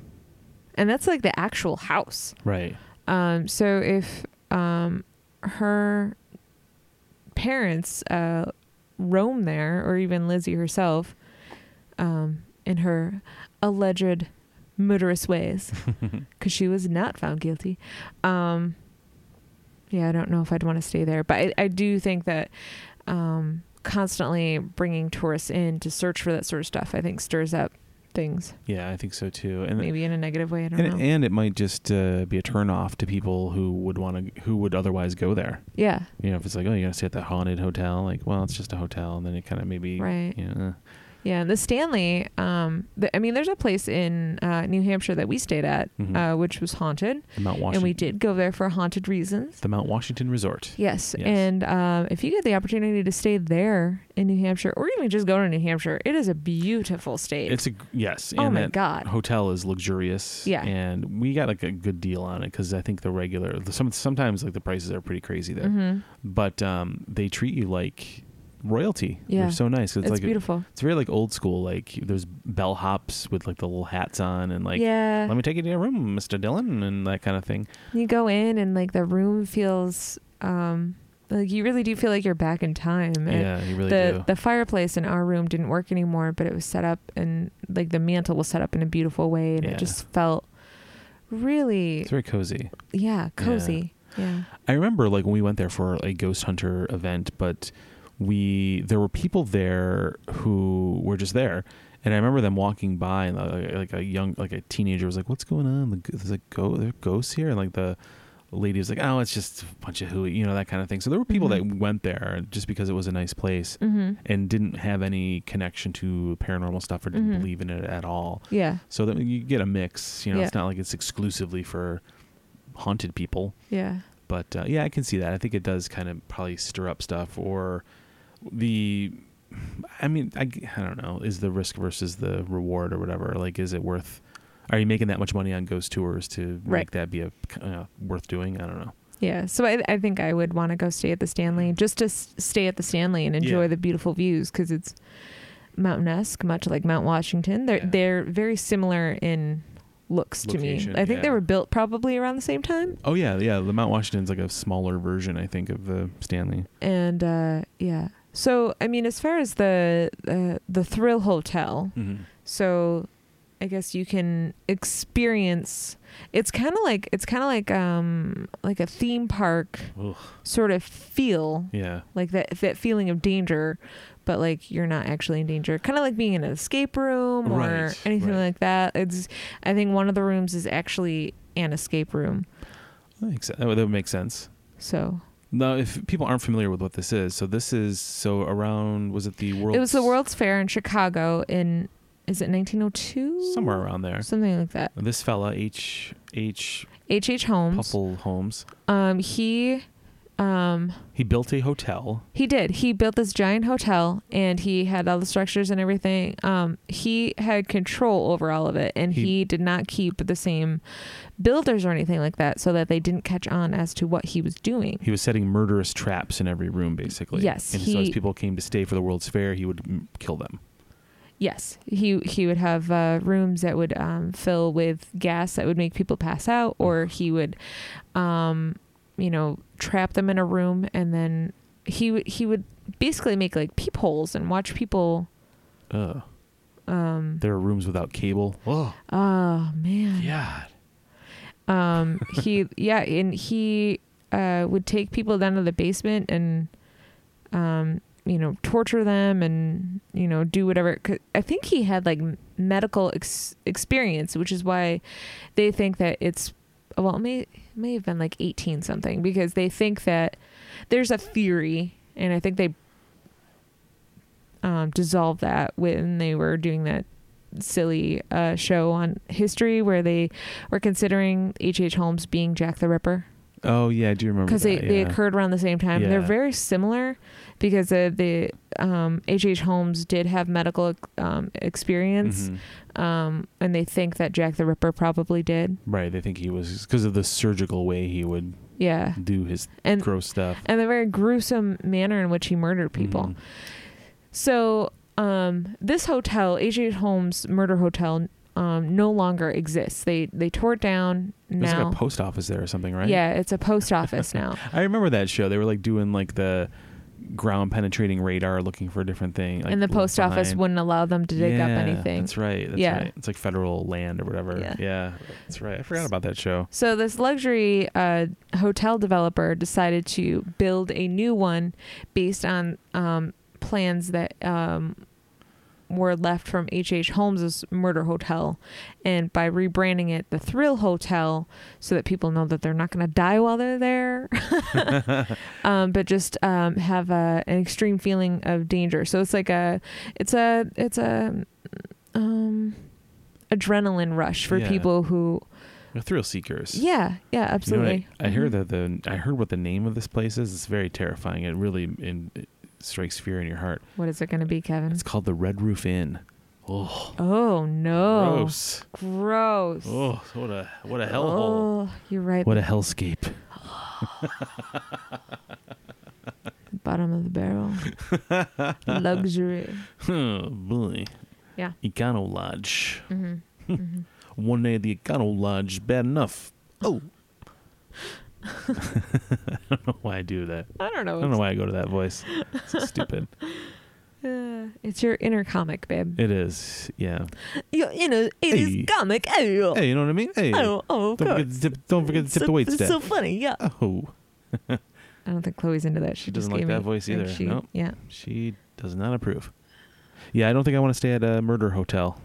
S1: and that's like the actual house
S2: Right.
S1: um so if um her parents uh roam there or even Lizzie herself um in her alleged murderous ways cuz she was not found guilty um yeah I don't know if I'd want to stay there but I, I do think that um constantly bringing tourists in to search for that sort of stuff I think stirs up things
S2: Yeah, I think so too. And
S1: maybe in a negative way I don't
S2: and,
S1: know
S2: and it might just uh, be a turnoff to people who would want to who would otherwise go there.
S1: yeah
S2: You know, if it's like, oh, you're gonna stay at that haunted hotel, like, well, it's just a hotel, and then it kind of maybe,
S1: Right.
S2: You know, eh.
S1: Yeah, and the Stanley. Um, the, I mean, there's a place in uh, New Hampshire that we stayed at,
S2: Mhm.
S1: uh, which was haunted,
S2: The Mount
S1: and
S2: Washington.
S1: we did go there for haunted reasons.
S2: The Mount Washington Resort.
S1: Yes,
S2: Yes.
S1: and um, if you get the opportunity to stay there in New Hampshire, or even just go to New Hampshire, it is a beautiful state.
S2: It's a yes.
S1: oh
S2: and
S1: my
S2: that
S1: god!
S2: hotel is luxurious.
S1: Yeah.
S2: And we got like a good deal on it because I think the regular the, some sometimes like the prices are pretty crazy there,
S1: Mhm.
S2: but um, they treat you like royalty.
S1: Yeah.
S2: They're so nice. It's,
S1: It's,
S2: like
S1: beautiful.
S2: it's very like old school. Like there's bellhops with like the little hats on and like.
S1: yeah,
S2: Let me take you to your room, Mr. Dillon, and that kind of thing.
S1: you go in and like the room feels um, like you really do feel like you're back in time. And
S2: yeah, you really
S1: the
S2: do.
S1: the fireplace in our room didn't work anymore, but it was set up and like the mantle was set up in a beautiful way, and
S2: Yeah.
S1: it just felt really
S2: it's very cozy.
S1: yeah cozy. Yeah.
S2: I remember like when we went there for a ghost hunter event, but we there were people there who were just there, and I remember them walking by and like, like a young like a teenager was like, "What's going on? Like, There's a go there are ghosts here," and like the lady was like, "Oh, it's just a bunch of hooey," you know that kind of thing. So there were people
S1: Mhm.
S2: that went there just because it was a nice place
S1: hmm
S2: and didn't have any connection to paranormal stuff or didn't
S1: Mhm.
S2: believe in it at all.
S1: Yeah.
S2: So that you get a mix. You know,
S1: Yeah.
S2: it's not like it's exclusively for haunted people.
S1: Yeah.
S2: But uh, yeah, I can see that. I think it does kind of probably stir up stuff or the. I mean, I, g- I don't know. Is the risk versus the reward or whatever? Like, is it worth? Are you making that much money on ghost tours to
S1: Right.
S2: make that be a uh, worth doing? I don't know.
S1: Yeah. So I, I think I would want to go stay at the Stanley just to s- stay at the Stanley and enjoy
S2: Yeah.
S1: the beautiful views because it's mountain-esque, much like Mount Washington. They're
S2: Yeah.
S1: they're very similar in looks to
S2: Location,
S1: me. I think they
S2: yeah.
S1: were built probably around the same time.
S2: Oh yeah, yeah. The Mount Washington's like a smaller version, I think, of the Stanley.
S1: And uh, yeah. So I mean, as far as the uh, the Thrill Hotel,
S2: Mm-hmm.
S1: so I guess you can experience. It's kind of like it's kind of like um like a theme park
S2: Ugh.
S1: sort of feel
S2: Yeah,
S1: like that that feeling of danger but like you're not actually in danger kind of like being in an escape room or
S2: Right,
S1: anything
S2: right.
S1: like that it's i think one of the rooms is actually an escape room
S2: that makes sense. That would- that would make sense.
S1: so
S2: Now, if people aren't familiar with what this is, so this is so around. Was it the world?
S1: it was the world's fair in chicago in is it 1902
S2: somewhere around there.
S1: something like that
S2: This fella, H H
S1: h h holmes
S2: Puffle Holmes.
S1: um he um
S2: He built a hotel.
S1: He did. He built this giant hotel and he had all the structures and everything. Um, he had control over all of it and
S2: He-
S1: he, did not keep the same builders or anything like that so that they didn't catch on as to what he was doing.
S2: He was setting murderous traps in every room, basically.
S1: Yes,
S2: And so as
S1: he-
S2: people came to stay for the World's Fair, he would mm, kill them.
S1: Yes, he he would have uh, rooms that would um, fill with gas that would make people pass out, or he would, um, you know, trap them in a room and then he would he would basically make like peepholes and watch people.
S2: Ugh.
S1: Um,
S2: There are rooms without cable. Oh,
S1: oh man.
S2: yeah.
S1: Um, he, yeah, and he uh, would take people down to the basement and, um, you know, torture them and you know do whatever. 'cause I think he had like m- medical ex- experience, which is why they think that it's well, it may it may have been like eighteen something because they think that there's a theory, and I think they um, dissolved that when they were doing that silly uh, show on history where they were considering H.H. H. Holmes being Jack the Ripper
S2: Oh, yeah. I do remember
S1: because they,
S2: that,
S1: they
S2: yeah.
S1: occurred around the same time. They're
S2: Yeah.
S1: very similar because uh, the um, H.H. Holmes did have medical um, experience,
S2: Mhm.
S1: um, and they think that Jack the Ripper probably did.
S2: Right. They think he was because of the surgical way he would
S1: Yeah,
S2: do his
S1: and
S2: gross stuff.
S1: and the very gruesome manner in which he murdered people.
S2: Mhm.
S1: So um, this hotel, H.H. Holmes Murder Hotel, um, no longer exists. They they tore it down
S2: There's
S1: now.
S2: like a post office there or something, right?
S1: Yeah, it's a post office now.
S2: I remember that show. They were like doing like the ground penetrating radar looking for a different thing. Like
S1: and the
S2: look
S1: post office
S2: behind.
S1: wouldn't allow them to dig up
S2: Yeah,
S1: anything.
S2: That's right. That's
S1: Yeah.
S2: right. It's like federal land or whatever. Yeah.
S1: Yeah.
S2: That's right. I forgot about that show.
S1: So this luxury uh, hotel developer decided to build a new one based on um, plans that um, were left from H.H. H. Holmes's Murder Hotel, and by rebranding it the Thrill Hotel, so that people know that they're not going to die while they're there, um, but just um, have a, an extreme feeling of danger. So it's like a, it's a, it's a, um, adrenaline rush for
S2: Yeah.
S1: people who,
S2: They're thrill seekers.
S1: yeah, yeah,
S2: You know what I-
S1: absolutely.
S2: I, hear
S1: Mhm.
S2: that the I heard what the name of this place is. It's very terrifying. It really in, it strikes fear in your heart.
S1: What is it going to be, Kevin?
S2: It's called the Red Roof Inn. Oh,
S1: Oh no!
S2: gross.
S1: Gross.
S2: Oh, what a what a hellhole.
S1: Oh, you're right.
S2: What a hellscape.
S1: Bottom of the barrel. Luxury.
S2: Oh, boy.
S1: Yeah.
S2: Econo Lodge.
S1: hmm hmm
S2: One day at the Econo Lodge is bad enough. Oh. I don't know why I do that.
S1: I don't know.
S2: I don't know why I go to that voice. It's so stupid.
S1: Uh, it's your inner comic, babe.
S2: It is. Yeah.
S1: Your inner it is
S2: Hey.
S1: comic. Oh,
S2: Hey, you know what I mean? Hey.
S1: oh, oh, of
S2: Don't
S1: course.
S2: forget to tip, don't forget to tip
S1: so,
S2: the wait
S1: It's
S2: step.
S1: so funny. Yeah.
S2: oh,
S1: I don't think Chloe's into that. She,
S2: She
S1: just
S2: doesn't like
S1: gave
S2: that
S1: me-
S2: voice
S1: like,
S2: either.
S1: She,
S2: Nope.
S1: Yeah.
S2: she does not approve. Yeah, I don't think I want to stay at a murder hotel.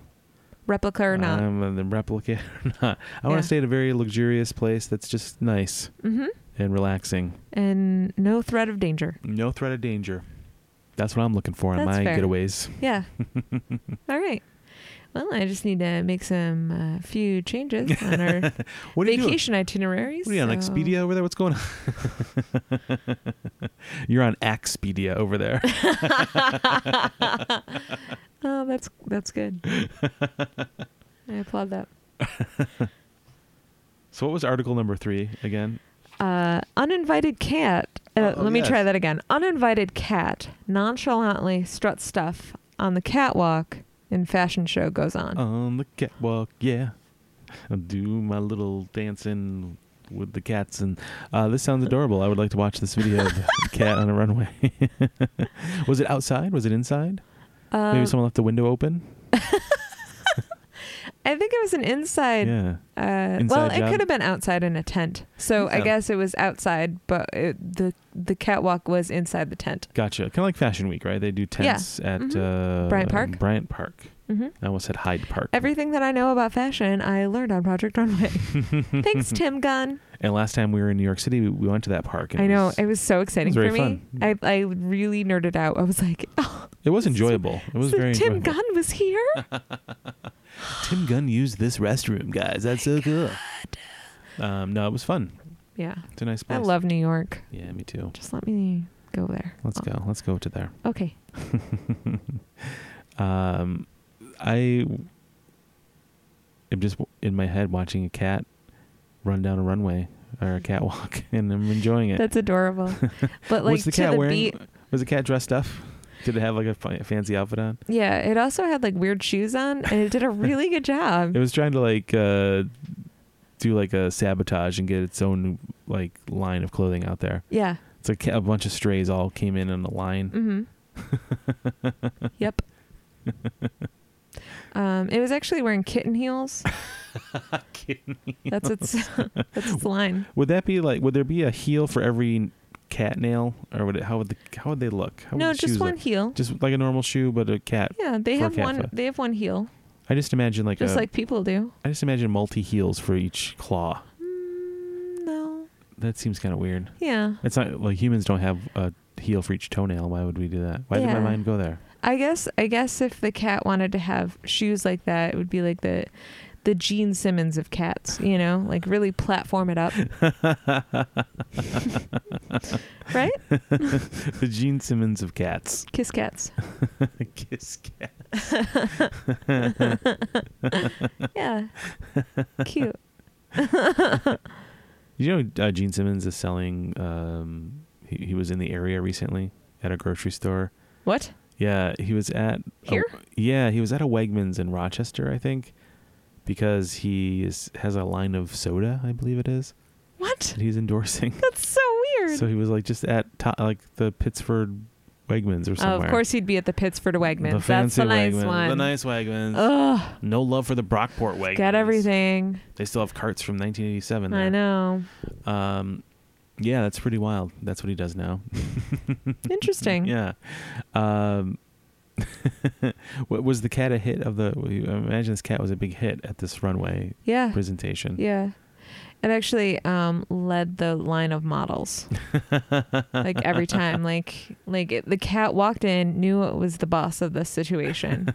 S1: Replica or not.
S2: I'm the replica or not. I want
S1: Yeah.
S2: to stay at a very luxurious place that's just nice
S1: mm-hmm.
S2: and relaxing.
S1: And no threat of danger.
S2: No threat of danger. That's what I'm looking for in
S1: That's
S2: my
S1: fair.
S2: getaways.
S1: Yeah. All right. Well, I just need to make some uh, few changes on our
S2: What are you doing?
S1: vacation itineraries.
S2: What are you on
S1: so-
S2: Expedia over there? What's going on? You're on Axpedia over there.
S1: Oh, that's that's good. I applaud that.
S2: so what was article number three again?
S1: Uh, uninvited cat. Uh,
S2: Oh,
S1: let me
S2: yes.
S1: try that again. Uninvited cat nonchalantly struts stuff on the catwalk, and fashion show goes on.
S2: On the catwalk, yeah. I do my little dancing with the cats, and uh, this sounds adorable. I would like to watch this video of a cat on a runway. was it outside? Was it inside?
S1: Um,
S2: Maybe someone left the window open.
S1: I think it was an inside.
S2: yeah,
S1: Uh,
S2: Inside
S1: well, it
S2: job?
S1: could have been outside in a tent. So I
S2: Yeah.
S1: guess it was outside, but it, the the catwalk was inside the tent.
S2: gotcha. Kind of like Fashion Week, right? They do tents at uh,
S1: Mm-hmm. Bryant Park?
S2: Bryant Park.
S1: hmm
S2: I almost said Hyde Park.
S1: Everything that I know about fashion, I learned on Project Runway. Thanks, Tim Gunn.
S2: and last time we were in New York City, we, we went to that park. And
S1: I
S2: it
S1: know
S2: was-
S1: it was so exciting
S2: very
S1: for me.
S2: fun.
S1: I, I really nerded out. I was like, oh,
S2: it was
S1: this is-
S2: enjoyable. It was
S1: so
S2: very
S1: Tim
S2: enjoyable.
S1: Gunn was here.
S2: Tim Gunn used this restroom, guys. That's so cool. Um, no, it was fun.
S1: yeah,
S2: It's a nice
S1: I
S2: place.
S1: love New York.
S2: Yeah, me too.
S1: Just let me go there.
S2: Let's
S1: Oh,
S2: go. Let's go to there.
S1: Okay.
S2: Um, I am just w- in my head watching a cat run down a runway or a catwalk, and I'm enjoying it.
S1: That's adorable. But like
S2: What's the
S1: to
S2: cat
S1: the
S2: wearing?
S1: beat,
S2: Was the cat dressed up? Did it have like a fa- fancy outfit on?
S1: yeah. It also had like weird shoes on, and it did a really good job.
S2: It was trying to like uh, do like a sabotage and get its own like line of clothing out there.
S1: Yeah.
S2: It's like a bunch of strays all came in in a line.
S1: Mm-hmm. yep. Um, it was actually wearing kitten heels. That's its that's its line.
S2: Would that be like? Would there be a heel for every cat nail, or would it? How would the, how would they look? How would
S1: No,
S2: the shoes
S1: just
S2: look?
S1: one heel.
S2: Just like a normal shoe, but a cat.
S1: Yeah, they
S2: for a
S1: have
S2: cat
S1: one.
S2: foot.
S1: They have one heel,
S2: I just imagine like
S1: just
S2: a.
S1: like people do.
S2: I just imagine multi heels for each claw.
S1: Mm, no.
S2: That seems kind of weird.
S1: Yeah.
S2: It's not like humans don't have a heel for each toenail. Why would we do that? Why did my
S1: Yeah.
S2: mind go there?
S1: I guess. I guess if the cat wanted to have shoes like that, it would be like the the Gene Simmons of cats. You know, like really platform it up. right?
S2: the Gene Simmons of cats.
S1: Kiss cats.
S2: Kiss cat.
S1: Yeah. Cute.
S2: You know, uh, Gene Simmons is selling. Um, he, he was in the area recently at a grocery store.
S1: What?
S2: Yeah, he was at a-
S1: Here?
S2: yeah, he was at a Wegmans in Rochester, I think, because he is, has a line of soda, I believe it is,
S1: What?
S2: that he's endorsing.
S1: That's so weird.
S2: so he was like just at to, like the Pittsford Wegmans or
S1: Oh,
S2: somewhere.
S1: of course, he'd be at the Pittsford
S2: The
S1: Wegmans. That's
S2: fancy
S1: the nice
S2: Wegmans,
S1: one.
S2: The nice Wegmans.
S1: Ugh,
S2: No love for the Brockport Wegmans.
S1: got everything.
S2: They still have carts from 1987. There.
S1: I know.
S2: Um, yeah, that's pretty wild. That's what he does now.
S1: Interesting.
S2: yeah. Um, What was the cat a hit of the? Imagine this cat was a big hit at this runway
S1: Yeah.
S2: presentation.
S1: Yeah. It actually um, led the line of models. like every time, like like it, the cat walked in, knew it was the boss of this situation.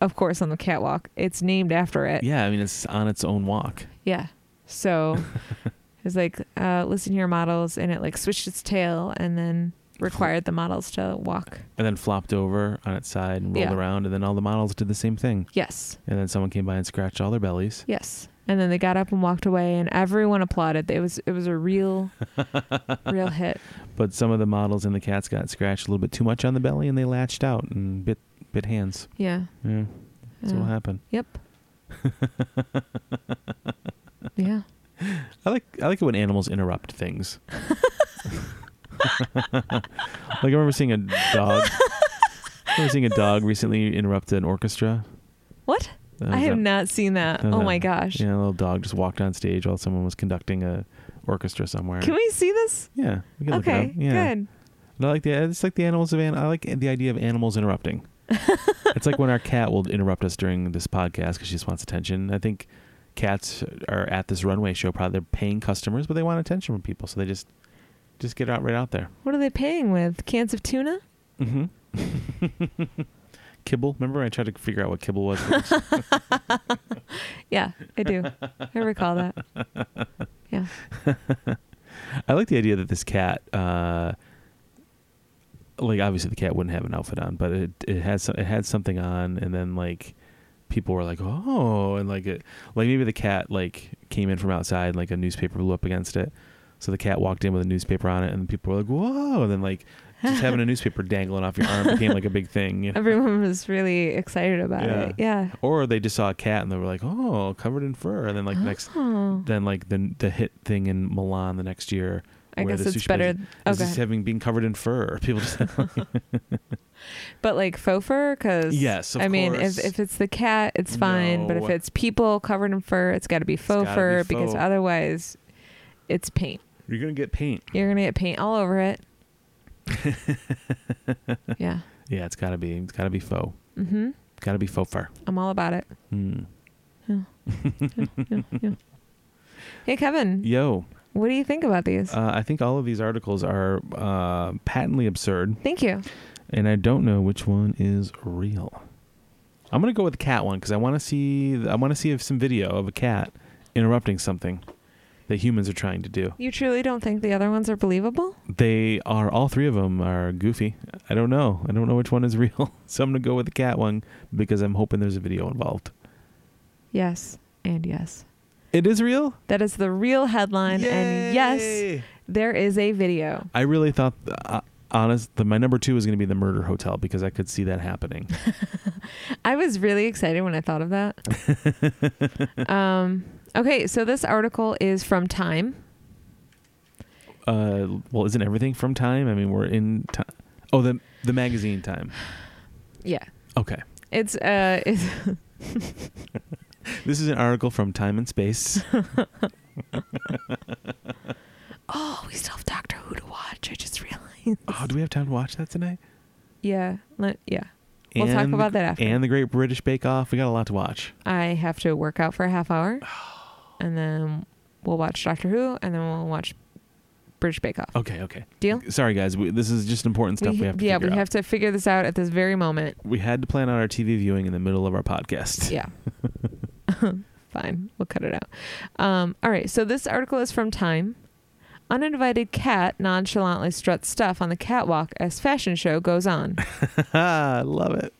S1: of course, on the catwalk, it's named after it.
S2: Yeah, I mean it's on its own walk.
S1: Yeah. So it was like, uh, listen here, models, and it like switched its tail and then required the models to walk.
S2: and then flopped over on its side and rolled
S1: Yeah.
S2: around, and then all the models did the same thing.
S1: Yes.
S2: And then someone came by and scratched all their bellies.
S1: Yes. And then they got up and walked away, and everyone applauded. It was it was a real, real hit.
S2: But some of the models and the cats got scratched a little bit too much on the belly, and they latched out and bit bit hands.
S1: Yeah.
S2: Yeah, that's
S1: Uh,
S2: what happened.
S1: Yep. yeah.
S2: I like I like it when animals interrupt things. like I remember seeing a dog. I remember seeing a dog recently interrupt an orchestra.
S1: What?
S2: That
S1: I
S2: was
S1: have
S2: up-
S1: not seen that.
S2: that was
S1: Oh
S2: up-
S1: my gosh.
S2: Yeah, a little dog just walked on stage while someone was conducting a orchestra somewhere.
S1: Can we see this?
S2: yeah, we can look it
S1: okay.
S2: up. Yeah.
S1: Good.
S2: And I like the it's like the animals of an, I like the idea of animals interrupting. it's like when our cat will interrupt us during this podcast because she just wants attention. I think cats are at this runway show. Probably they're paying customers, but they want attention from people, so they just just get out right out there.
S1: What are they paying with? Cans of tuna?
S2: Mm-hmm. kibble. Remember, I tried to figure out what kibble was. first?
S1: Yeah, I do. I recall that. Yeah.
S2: I like the idea that this cat, uh, like obviously the cat wouldn't have an outfit on, but it it had some, it had something on, and then like people were like, oh, and like it, like maybe the cat like came in from outside, like a newspaper blew up against it, so the cat walked in with a newspaper on it, and people were like, whoa, and then like just having a newspaper dangling off your arm became like a big thing, you know?
S1: Everyone was really excited about
S2: Yeah.
S1: it. Yeah.
S2: or they just saw a cat and they were like, oh, covered in fur, and then like next.
S1: Oh.
S2: Then like the the hit thing in Milan the next year,
S1: I
S2: where
S1: guess
S2: the
S1: it's
S2: sushi
S1: better.
S2: is just
S1: Okay.
S2: having being covered in fur. People just
S1: But like faux fur, because.
S2: Yes, of
S1: I mean,
S2: course.
S1: if, if it's the cat, it's fine. But if
S2: No.
S1: it's people covered in fur, it's got to be faux
S2: gotta be
S1: fur because
S2: faux.
S1: otherwise it's paint.
S2: You're gonna get paint.
S1: You're going to get paint all over it. yeah.
S2: Yeah, it's gotta be. It's gotta be faux.
S1: Mm hmm.
S2: Gotta be faux fur.
S1: I'm all about it.
S2: Mm.
S1: Yeah. Yeah, yeah. Hey, Kevin,
S2: Yo,
S1: what do you think about these?
S2: uh, I think all of these articles are uh, patently absurd,
S1: Thank you.
S2: and I don't know which one is real. I'm gonna go with the cat one because I want to see. I want to see if some video of a cat interrupting something that humans are trying to do.
S1: You truly don't think the other ones are believable?
S2: They are all three of them are goofy. I don't know. I don't know which one is real, so I'm gonna go with the cat one because I'm hoping there's a video involved.
S1: Yes, and yes.
S2: It is real.
S1: That is the real headline, and yes,
S2: Yay!
S1: there is a video.
S2: I really thought, uh, honest, the, my number two was going to be the murder hotel because I could see that happening.
S1: I was really excited when I thought of that. um, okay, so this article is from Time.
S2: uh, well, isn't everything from Time? I mean, we're in time. Oh, the the magazine Time.
S1: Yeah,
S2: Okay,
S1: it's uh, it's,
S2: this is an article from Time and Space.
S1: oh, we still have Doctor Who to watch. I just realized.
S2: Oh, do we have time to watch that tonight?
S1: Yeah, let, yeah. We'll talk
S2: And-
S1: about that after.
S2: And the Great British Bake Off. We got a lot to watch.
S1: I have to work out for a half hour, and then we'll watch Doctor Who, and then we'll watch British Bake Off.
S2: Okay, okay.
S1: Deal?
S2: Sorry, guys. We, this is just important stuff we, have to
S1: yeah,
S2: figure
S1: we
S2: out.
S1: have to figure this out at this very moment.
S2: we had to plan out our TV viewing in the middle of our podcast.
S1: Yeah. Fine, we'll cut it out. Um, all right, so this article is from Time. Uninvited cat nonchalantly struts stuff on the catwalk as fashion show goes on.
S2: I love it.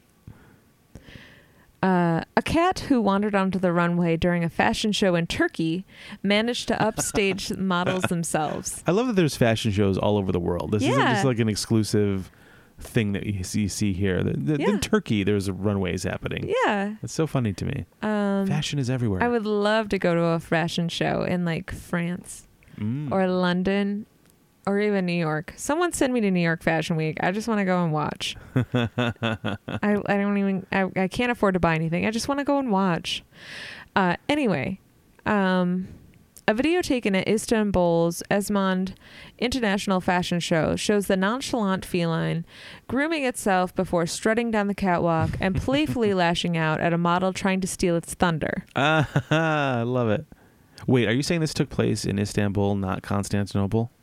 S1: Uh, a cat who wandered onto the runway during a fashion show in Turkey managed to upstage models themselves.
S2: I love that there's fashion shows all over the world. This isn't
S1: Yeah.
S2: just like an exclusive thing that you see, you see here. The, the,
S1: Yeah.
S2: In Turkey, there's runways happening.
S1: Yeah.
S2: It's so funny to me.
S1: Um,
S2: fashion is everywhere.
S1: I would love to go to a fashion show in like France
S2: Mm.
S1: or London or even New York. Someone send me to New York Fashion Week. I just want to go and watch. I, I don't even, I, I can't afford to buy anything. I just want to go and watch. Uh, anyway, um, A video taken at Istanbul's Esmond International Fashion Show shows the nonchalant feline grooming itself before strutting down the catwalk and playfully lashing out at a model trying to steal its thunder.
S2: Ah, I love it. Wait, are you saying this took place in Istanbul, not Constantinople?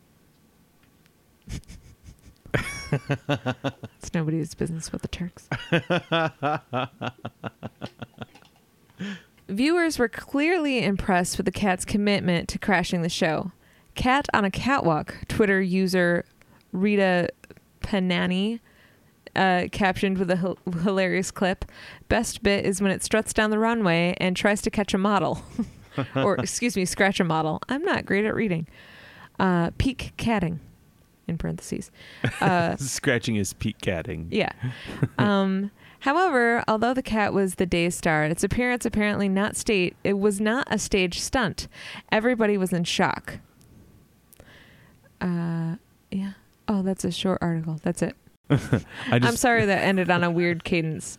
S1: It's nobody's business with the Turks. Viewers were clearly impressed with the cat's commitment to crashing the show. Cat on a catwalk, Twitter user Rita Panani uh, captioned with a hil- hilarious clip. Best bit is when it struts down the runway and tries to catch a model, or excuse me, scratch a model. I'm not great at reading. Uh, peak catting, in parentheses. Uh,
S2: Scratching is peak catting.
S1: yeah. Um, however, although the cat was the day star, its appearance apparently not state it was not a stage stunt. Everybody was in shock. Uh, yeah. Oh, that's a short article. That's it.
S2: I just,
S1: I'm sorry that ended on a weird cadence.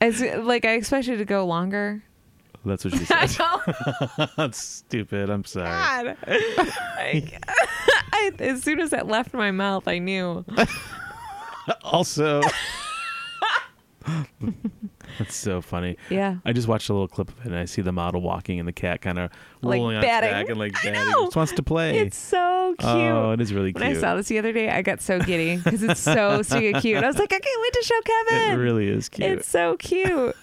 S1: As like I expected to go longer.
S2: That's what she
S1: I
S2: said.
S1: know.
S2: That's stupid. I'm sorry.
S1: God. Like, I, as soon as that left my mouth, I knew.
S2: Also, that's so funny.
S1: Yeah.
S2: I just watched a little clip of it, and I see the model walking, and the cat kind of
S1: Like
S2: rolling on
S1: batting.
S2: its back and like
S1: I
S2: batting.
S1: know.
S2: Just wants to play.
S1: It's so cute.
S2: Oh, it is really cute.
S1: When I saw this the other day, I got so giddy because it's so stinking cute. I was like, I can't wait to show
S2: it
S1: Kevin.
S2: really is cute.
S1: It's so cute.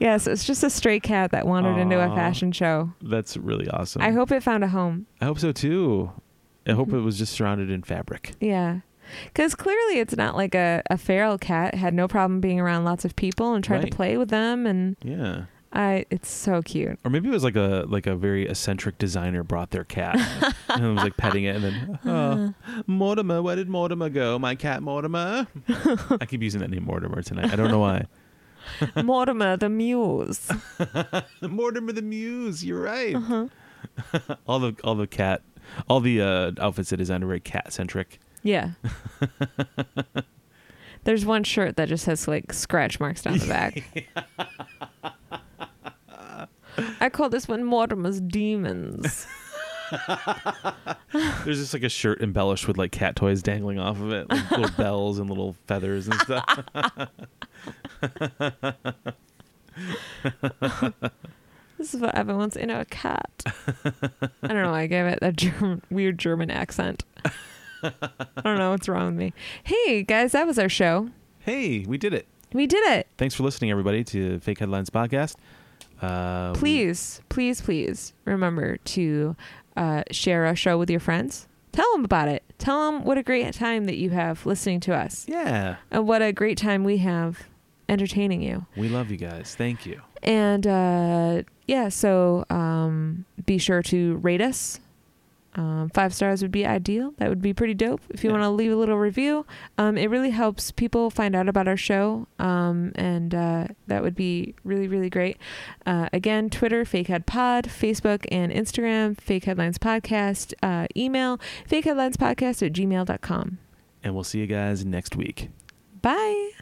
S1: yeah, so it's just a stray cat that wandered into a
S2: Aw.
S1: fashion show.
S2: that's really awesome.
S1: I hope Hmm. it found a home.
S2: I hope so too. I hope it was just surrounded in fabric.
S1: Yeah. Because clearly it's not like a, a feral cat. It had no problem being around lots of people and tried
S2: Right.
S1: to play with them. And
S2: Yeah.
S1: I, it's so cute.
S2: Or maybe it was like a like a very eccentric designer brought their cat and was like petting it and then
S1: Uh.
S2: oh, Mortimer, where did Mortimer go? My cat Mortimer. I keep using that name Mortimer tonight. I don't know why.
S1: Mortimer the Muse.
S2: Mortimer the Muse. You're right.
S1: Uh-huh.
S2: all the all the cat all the uh, outfits they designed are very cat centric.
S1: Yeah. There's one shirt that just has like scratch marks down the back. I call this one Mortimer's Demons.
S2: There's just like a shirt embellished with like cat toys dangling off of it, like little bells and little feathers and stuff.
S1: This is what Evan wants in a cat. I don't know. why I gave it a German, weird German accent. I don't know what's wrong with me. Hey guys, that was our show.
S2: hey, we did it.
S1: We did it.
S2: Thanks for listening, everybody, to Fake Headlines Podcast. Uh, we-
S1: Please, please, please remember to uh, share our show with your friends. Tell them about it. Tell them what a great time that you have listening to us.
S2: yeah,
S1: and what a great time we have entertaining you.
S2: we love you guys. Thank you.
S1: And uh, yeah, so um, be sure to rate us. Um, five stars would be ideal. That would be pretty dope. If you
S2: Yeah.
S1: want to leave a little review, um, it really helps people find out about our show, um, and uh, that would be really, really great. Uh, again, Twitter, Fakehead Pod, Facebook, and Instagram, Fake Headlines Podcast, uh, email, fakeheadlinespodcast at gmail.com.
S2: And we'll see you guys next week.
S1: Bye.